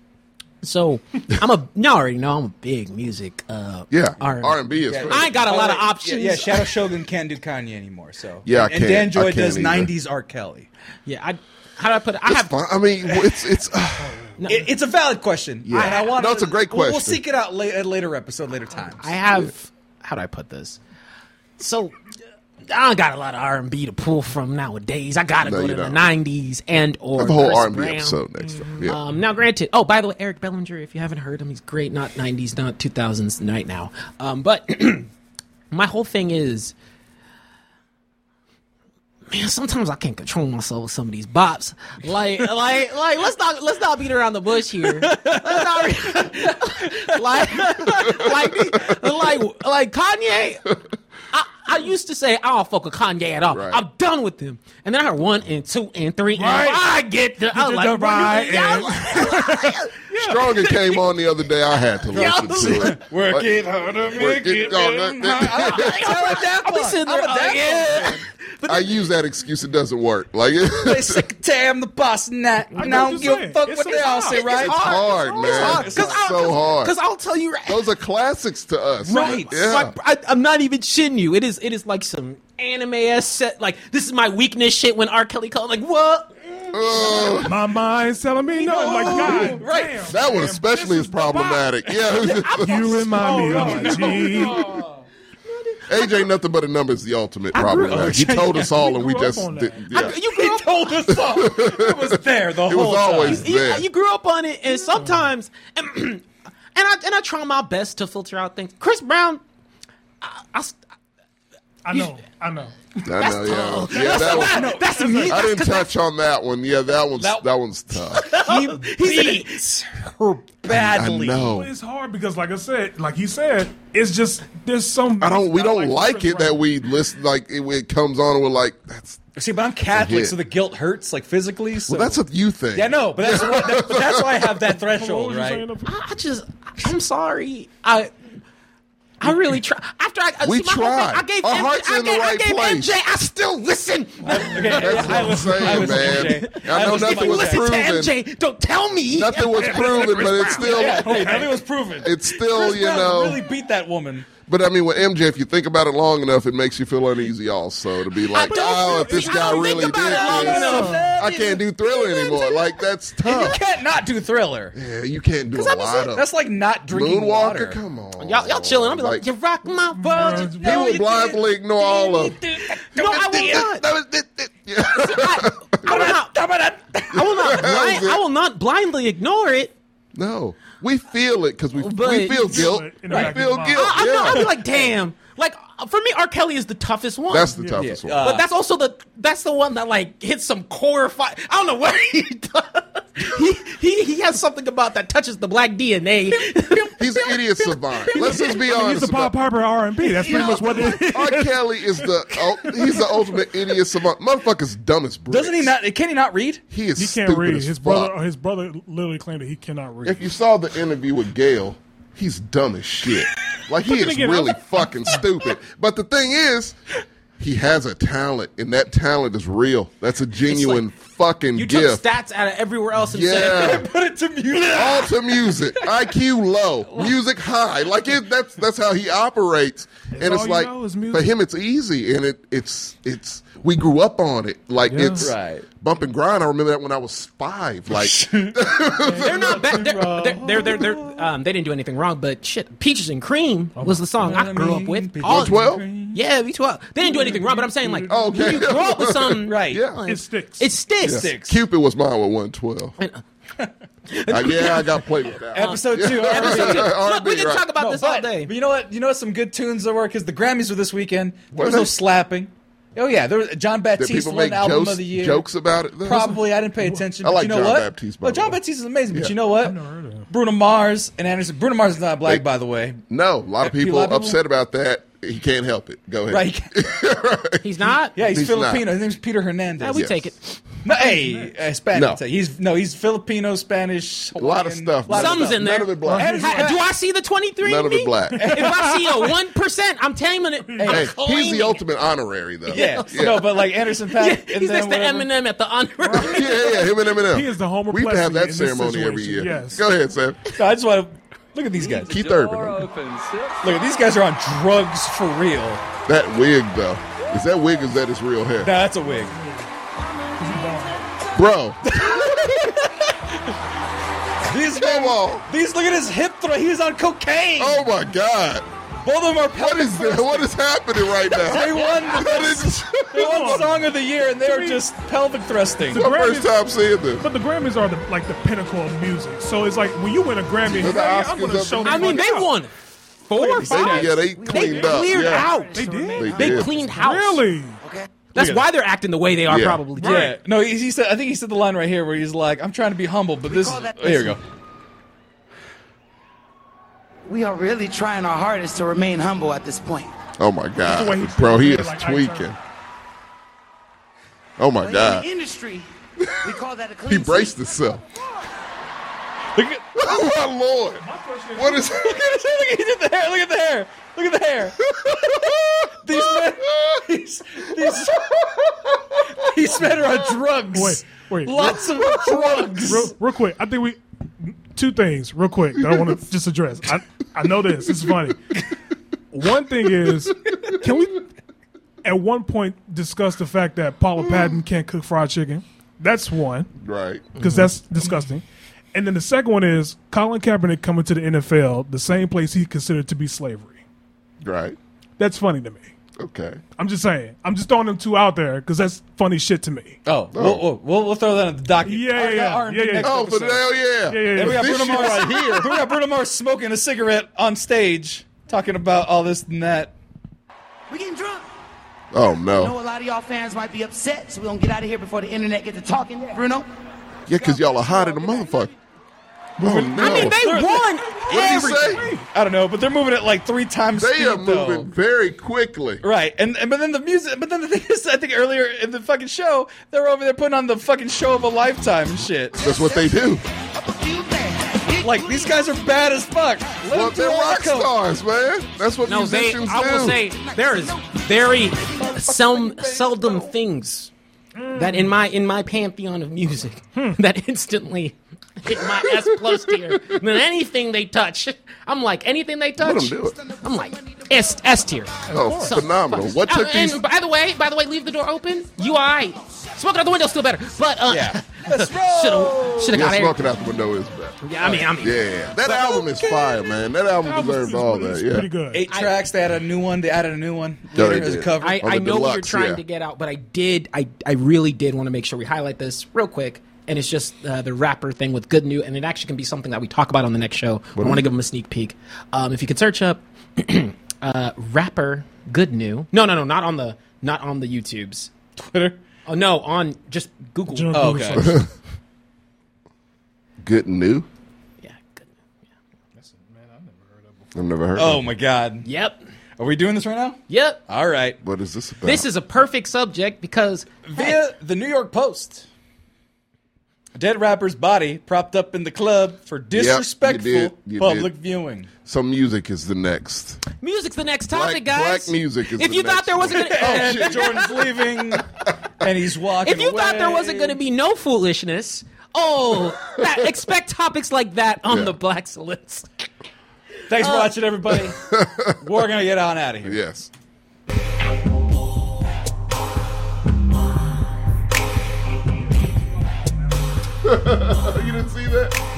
S1: [CLEARS THROAT] so I'm a y'all already know I'm a big music. Uh,
S3: Yeah,
S1: R&B.
S3: R and B is.
S1: I ain't got a
S2: By
S1: lot
S2: the
S1: of
S2: way,
S1: options.
S2: Yeah, yeah, Shadow Shogun can't do Kanye anymore. So
S3: Yeah, I
S2: and
S3: can't.
S2: Dan Joy
S3: I can't
S2: does
S3: either.
S2: '90s R. Kelly.
S1: Yeah, I how do I put it? I
S3: It's
S1: have
S3: fine. I mean, it's it's. Uh,
S2: It- it's a valid question.
S3: Yeah.
S2: And I wanna-
S3: No, it's a great
S2: we'll- We'll
S3: question.
S2: seek it out la- at later episode, later times.
S1: I have how do I put this? So I don't got a lot of R and B to pull from nowadays. I gotta
S3: No,
S1: go
S3: you
S1: to the
S3: don't.
S1: nineties and or
S3: the whole
S1: Chris
S3: R and B
S1: Brown.
S3: episode next time. Yeah.
S1: Um, now, granted, oh, by the way, Eric Bellinger, if you haven't heard him, he's great, not 90s, not 2000s, right now. Um, but [CLEARS THROAT] my whole thing is, man, sometimes I can't control myself with some of these bops. Like, [LAUGHS] like, like, let's not, let's not beat around the bush here. Let's not, [LAUGHS] like, like, like, like Kanye. I, I used to say I don't fuck with Kanye at all.
S3: Right.
S1: I'm done with him. And then I heard one and two and three.
S4: Right.
S1: And I get the, I was
S4: the
S1: like,
S4: right
S1: "What do you-
S4: and-
S1: y'all- [LAUGHS]
S3: Stronger came on the other day. I had to listen to it. Like,
S4: harder,
S3: work it harder.
S2: I'm a dap
S1: I'll be
S2: one.
S1: sitting
S2: I'm
S1: there,
S2: a dap
S1: like, yeah.
S3: I use that excuse. It doesn't work. Like [LAUGHS]
S2: They
S3: it's
S2: sick of Tam the boss and that. And I don't give
S4: what you're
S2: a
S4: saying.
S2: fuck
S4: It's
S2: what
S4: so
S2: they all
S4: hard.
S2: say,
S4: It's
S2: right?
S3: hard, man. It's
S1: Cause I'll-
S3: so hard.
S1: Because I'll tell you right.
S3: Those are classics to us.
S1: Right.
S3: Yeah.
S1: Like, I, I'm not even shitting you. It is. It is like some anime ass set. Like this is my weakness shit. When R. Kelly called, like what?
S3: Ugh.
S4: My mind's telling me no. Like God,
S2: Right.
S4: damn.
S3: that one especially is problematic.
S1: [LAUGHS]
S3: Yeah.
S4: You remind me Oh, of my G.
S2: [LAUGHS]
S3: Age ain't nothing but [LAUGHS] a number is the ultimate
S1: grew-
S3: problem. Like, he told us all, and we
S4: We grew up
S3: just
S4: on that.
S3: didn't- yeah.
S1: I- you grew up.
S2: [LAUGHS] told us all. It was there the
S3: it was always
S1: you,
S3: there.
S1: you grew up on it, and sometimes, and, [CLEARS THROAT] and I and I try my best to filter out things. Chris Brown, I, I,
S4: I know. I know.
S3: I know, yeah, yeah. That
S1: that's,
S3: one,
S1: that's me.
S3: I didn't touch on that one. Yeah, that one's that,
S2: That-
S3: one's tough.
S2: He beats her
S3: I
S2: badly.
S3: know.
S4: But it's hard because, like I said, like he said, it's just there's some.
S3: I don't. We don't like it that
S4: we.
S3: we listen. Like it, it comes on, and we're like, "That's
S2: See, but I'm
S3: Yeah.
S2: Catholic, so the guilt hurts, like physically. So.
S3: well, that's a you thing."
S2: yeah, no, but that's why, that, but that's why I have that
S4: [LAUGHS] What was
S2: threshold,
S4: you
S2: right?
S4: saying up-
S1: I I just, I'm sorry. I, I really try. After I, I
S3: We
S1: see, my whole thing,
S3: tried.
S1: I gave
S3: Our
S1: MJ,
S3: heart's
S1: I
S3: in the
S1: gave,
S3: right
S1: I gave
S3: place.
S1: MJ, I still listen.
S2: [LAUGHS]
S3: that's what I'm saying,
S2: listen to
S3: man.
S2: MJ.
S3: I
S2: I
S3: know
S2: listen to
S3: nothing
S1: if you
S3: was
S1: listen to
S3: proven.
S1: MJ, don't tell me.
S3: Nothing was proven, but it's still,
S2: Yeah, hey, nothing was proven.
S3: it's still,
S2: Chris
S3: you
S2: Brown
S3: know.
S2: really beat that woman.
S3: But I mean, with MJ, if you think about it long enough, it makes you feel uneasy. Also, to be like,
S1: don't
S3: "Oh,
S1: feel-
S3: if this
S1: I
S3: guy
S1: don't
S3: really
S1: think
S3: did
S1: about it long
S3: this,
S1: enough.
S3: I can't do Thriller anymore." Like that's
S2: You [LAUGHS]
S3: tough.
S2: can't not do Thriller.
S3: Yeah, you can't do a
S1: I'm just
S3: lot
S1: like-
S3: of
S2: That's like not drinking water.
S3: Moonwalker. Come on,
S1: Y'all, y'all chilling. I'll be like, you rock my world.
S4: He
S1: You know
S3: He will
S1: you-
S3: blindly ignore all of.
S1: No, I will not.
S3: [LAUGHS] That was it, it- yeah.
S1: I, I
S3: [LAUGHS]
S1: will not. I will not. blind- I will not blindly ignore it.
S3: No, we feel it because we
S1: But-
S3: we feel guilt.
S4: it
S3: We
S4: in the back of
S3: feel
S4: your
S3: guilt.
S4: mind.
S1: I, I feel, I'll be
S3: Yeah,
S1: like, damn. Like for me, R. Kelly is the toughest one.
S3: that's the toughest
S2: Yeah.
S3: one.
S1: But that's also the that's the one that like hits some core. Fi- I don't know what [LAUGHS] he does. He, he he has something about that touches the black DNA.
S3: He's an idiot savant. Let's just be
S4: I mean,
S3: honest.
S4: he's a
S3: about
S4: Bob Piper R and B.
S3: [LAUGHS]
S4: That's pretty much what it is.
S3: R. Kelly is the oh, he's the ultimate idiot savant. Motherfucker's dumb as bricks.
S2: Doesn't he not? Can he not read?
S3: He is
S4: He can't
S3: stupid
S4: read.
S3: as
S4: His
S3: fuck.
S4: brother, his brother, literally claimed that he cannot read.
S3: If you saw the interview with Gail, he's dumb as shit. Like he
S4: then
S3: is
S4: again,
S3: really
S4: I'm-
S3: fucking stupid. But the thing is, he has a talent, and that talent is real. That's a genuine
S1: [LAUGHS]
S3: fucking
S1: You took
S3: gift.
S1: stats out of everywhere else and
S3: Yeah.
S1: said,
S2: Put it to music.
S3: All to music, IQ low, music high. Like it, that's that's how he operates, and
S4: all
S3: it's
S4: you
S3: like
S4: know is
S3: for
S4: music.
S3: him it's easy, and it it's it's we grew up on it. Like
S4: Yeah.
S3: it's
S2: Right.
S3: bump and grind. I remember that when I was five.
S4: [LAUGHS]
S3: Like
S1: "They're not bad. They're, they're, they're, they're, they're, um, they didn't do anything wrong." But shit, "Peaches and Cream"
S2: Oh
S1: was the song I grew up with. All-
S3: 12?
S1: Yeah, B twelve. They didn't do anything wrong, but I'm saying like,
S3: Oh, okay.
S1: when you grow up with something,
S2: [LAUGHS] Right.
S3: Yeah.
S4: it sticks.
S1: It sticks.
S2: Six.
S3: Cupid was mine with one twelve.
S1: And-
S3: Uh, yeah, I got played with that.
S2: Episode two.
S3: [LAUGHS]
S1: Episode two. Look, we
S3: R&B,
S1: can
S3: right.
S1: talk about
S2: No,
S1: this all
S2: but,
S1: day.
S2: but you know what? You know what some good tunes there were because the Grammys were this weekend.
S3: Were
S2: There was
S3: they?
S2: no slapping. Oh yeah, there was John
S3: Did
S2: Baptiste
S3: people
S2: won
S3: make
S2: album
S3: jokes,
S2: of the year.
S3: jokes about it? though?
S2: Probably I didn't pay attention.
S3: I
S2: but
S3: like
S2: you know
S3: John
S2: what?
S3: Baptiste, by
S2: No,
S3: the
S2: John
S3: way.
S2: Baptiste is amazing.
S3: Yeah.
S2: But you know what?
S4: never heard of him.
S2: Bruno Mars and Anderson. Bruno Mars is not black,
S3: They-
S2: by the way.
S3: No, a lot of
S2: People-
S3: people
S2: a lot of people-
S3: upset about that. He can't help it. Go ahead. [LAUGHS]
S2: Right?
S1: He's not.
S2: Yeah, he's,
S3: He's
S2: Filipino.
S3: not.
S2: His name's Peter Hernandez.
S1: I would
S3: Yes.
S1: take it.
S2: No, hey, uh, Spanish.
S3: No.
S2: He's no, he's Filipino, Spanish,
S3: A lot of
S2: Hawaiian,
S3: stuff.
S2: lot of
S1: Some's
S2: stuff.
S1: in there.
S3: None of it black.
S2: Anderson-
S1: Ha- do I see the 23?
S3: None of it
S1: [LAUGHS]
S3: black.
S1: If I see a 1%, I'm taming it.
S3: Hey,
S1: I'm
S3: he's
S1: claiming
S3: the
S1: it. [LAUGHS]
S3: ultimate honorary, though.
S2: Yeah.
S3: yeah,
S2: no, but like Anderson
S1: Yeah,
S2: Paak. and
S1: he's
S2: then
S1: next to
S2: whatever.
S1: Eminem at the honor.
S3: yeah, yeah. Him and Eminem.
S4: He is the Homer
S3: We used to have
S4: Plessy
S3: that
S4: in this
S3: ceremony every year.
S4: situation, yes.
S3: Go ahead, Sam.
S2: No, I just want to look at these guys.
S3: Keith
S5: Door
S3: Urban.
S5: open. Six.
S2: Look, at these guys are on drugs for real.
S3: That wig, though, is that wig? Or is that his real hair?
S2: Nah, that's a wig.
S4: He's a dog.
S3: bro.
S2: These
S3: Come on.
S2: These look at his hip throw. He's on cocaine.
S3: Oh my God.
S2: Both of them are
S3: What is this? What is happening right
S2: They
S3: now?
S2: won. The
S3: That
S2: best,
S3: is
S2: they won
S4: on.
S2: song of the year, and they were
S4: me-
S2: just pelvic thrusting.
S3: my first time seeing this.
S4: But the Grammys are the like the pinnacle of music. So it's like when you win a Grammy,
S3: They're the
S4: hey, I'm
S3: Oscars
S4: gonna
S3: of
S4: show.
S1: [LAUGHS]
S3: music.
S1: I mean,
S4: the
S1: they
S4: fuck out.
S1: won four or five.
S3: yeah,
S1: They
S3: they cleaned up.
S1: cleared
S3: yeah.
S1: out.
S4: They did.
S3: They
S1: They
S3: did.
S1: cleaned house.
S4: Really?
S1: That's why they're acting the way they are,
S3: Yeah.
S1: probably.
S4: Right.
S2: Yeah. No, he, he said. I think he said the line right here where he's like, "I'm trying to be humble, but this."
S5: call that
S2: oh, here we go.
S5: We are really trying our hardest to remain humble at this point.
S3: Oh my
S4: the way he
S3: God. Bro, he
S4: treated
S3: is
S4: it like ice
S3: tweaking.
S4: cream.
S3: Oh my
S5: But
S3: God.
S5: in the industry, we call that a clean
S3: He braced
S5: sweep.
S3: himself.
S2: Look at, look
S3: [LAUGHS] Oh my Lord. What is
S2: at his hair. [LAUGHS] Look at, he did the hair. Look at the hair. Look at the hair. These men. These, these, these men are on drugs.
S4: Wait, wait.
S2: Lots of drugs.
S4: real, real quick, I think we two things real quick that I want to just address. I I know this. It's funny. One thing is, can we at one point discuss the fact that Paula Patton can't cook fried chicken? That's one
S3: Right.
S4: because that's disgusting. And then the second one is Colin Kaepernick coming to the NFL, the same place he considered to be slavery.
S3: Right.
S4: That's funny to me.
S3: Okay.
S4: I'm just saying. I'm just throwing them two out there because that's funny shit to me.
S2: Oh, We'll, we'll, we'll, we'll throw that on the docket.
S4: Yeah, yeah,
S2: Our-
S4: yeah.
S2: our-
S4: Yeah, yeah,
S2: next
S4: yeah.
S3: Oh, but
S2: episode.
S3: hell yeah.
S4: Yeah, yeah, yeah.
S2: Then we got
S3: This
S2: Bruno
S3: shit
S2: Mars
S3: right
S2: here. we got Bruno Mars smoking a cigarette on stage, talking about all this and that.
S5: We getting drunk.
S3: Oh
S5: I know
S3: no.
S5: a lot of y'all fans might be upset, so we don't get out of here before the internet get to talking. Bruno,
S3: Yeah, because y'all are hot in the motherfucker. Oh no.
S1: I mean, they
S2: They're-
S1: won
S3: What'd he
S1: everything.
S3: say?
S2: I don't know, but they're moving it like three times.
S3: They
S2: speed,
S3: are moving
S2: though.
S3: very quickly.
S2: Right, and, and but then the music, but then the thing [LAUGHS] is, I think earlier in the fucking show, they were over there putting on the fucking show of a lifetime and shit.
S3: That's what they do.
S5: up a few things.
S2: Like these guys are bad as fuck. Let
S3: Well,
S2: them
S3: they're
S2: do all
S3: rock
S2: the coke.
S3: stars, man. That's what
S1: No, they.
S3: musicians
S1: I
S3: do.
S1: will say there is very some seldom things that in my in my pantheon of music
S4: Hmm.
S1: that instantly hit my S plus tier than anything they touch. I'm like anything they touch.
S3: Let 'em do it.
S1: I'm like S S tier.
S3: Oh, phenomenal. What
S1: Uh,
S3: took these?
S1: and by the way, by the way, leave the door open. UI smoking out the window still better. But uh, [LAUGHS]
S2: Yeah.
S1: should have should have
S3: Yeah,
S1: got
S3: smoking
S1: it.
S3: out the window is better.
S1: Yeah, I mean, I mean,
S3: Yeah, that album is fire, man. That album
S4: That was-
S3: deserves
S4: it's
S3: all
S4: pretty-
S3: that.
S4: it's
S3: Yeah,
S4: Pretty good.
S2: Eight tracks. They added a new one. They added a new one.
S3: Yeah,
S2: Later
S3: they
S2: as a
S3: did.
S2: cover.
S1: I,
S3: On
S1: I
S3: the
S1: know what you're
S3: deluxe,
S1: trying
S3: yeah.
S1: to get out, but I did, I, I really did want to make sure we highlight this real quick. And it's just uh, the rapper thing with Good New, and it actually can be something that we talk about on the next show. But I want to give them a sneak peek. Um, if you could search up [CLEARS THROAT] uh, rapper Good New, no, no, no, not on the not on the YouTubes.
S2: Twitter.
S1: Oh no, on just Google.
S4: General
S2: Oh,
S4: Google
S2: okay.
S4: search.
S3: good and new.
S1: Yeah, Good New.
S3: I've never heard.
S2: Oh
S3: Oh,
S2: my god.
S1: Yep,
S2: Are we doing this right now?
S1: yep.
S3: Uh.
S2: All right.
S3: what is this about?
S1: This is a perfect subject because
S2: Via the New York Post. Dead rapper's body propped up in the club for disrespectful
S3: did. You
S2: public
S1: [LAUGHS]
S3: did.
S2: viewing.
S3: so music is the next.
S1: music's the next
S3: Black,
S1: topic, guys.
S3: black music is.
S1: If
S3: the
S1: you
S3: next Oh,
S1: thought there
S3: [LAUGHS]
S1: wasn't, gonna,
S3: one.
S2: And Jordan's leaving, and he's walking.
S1: If you thought there wasn't going to be no foolishness, oh, that, expect topics like that on
S3: Yeah.
S1: the Blacks list.
S2: thanks
S1: Uh,
S2: for watching,
S3: [LAUGHS]
S2: everybody. We're gonna get on out of here.
S3: yes. you didn't see that.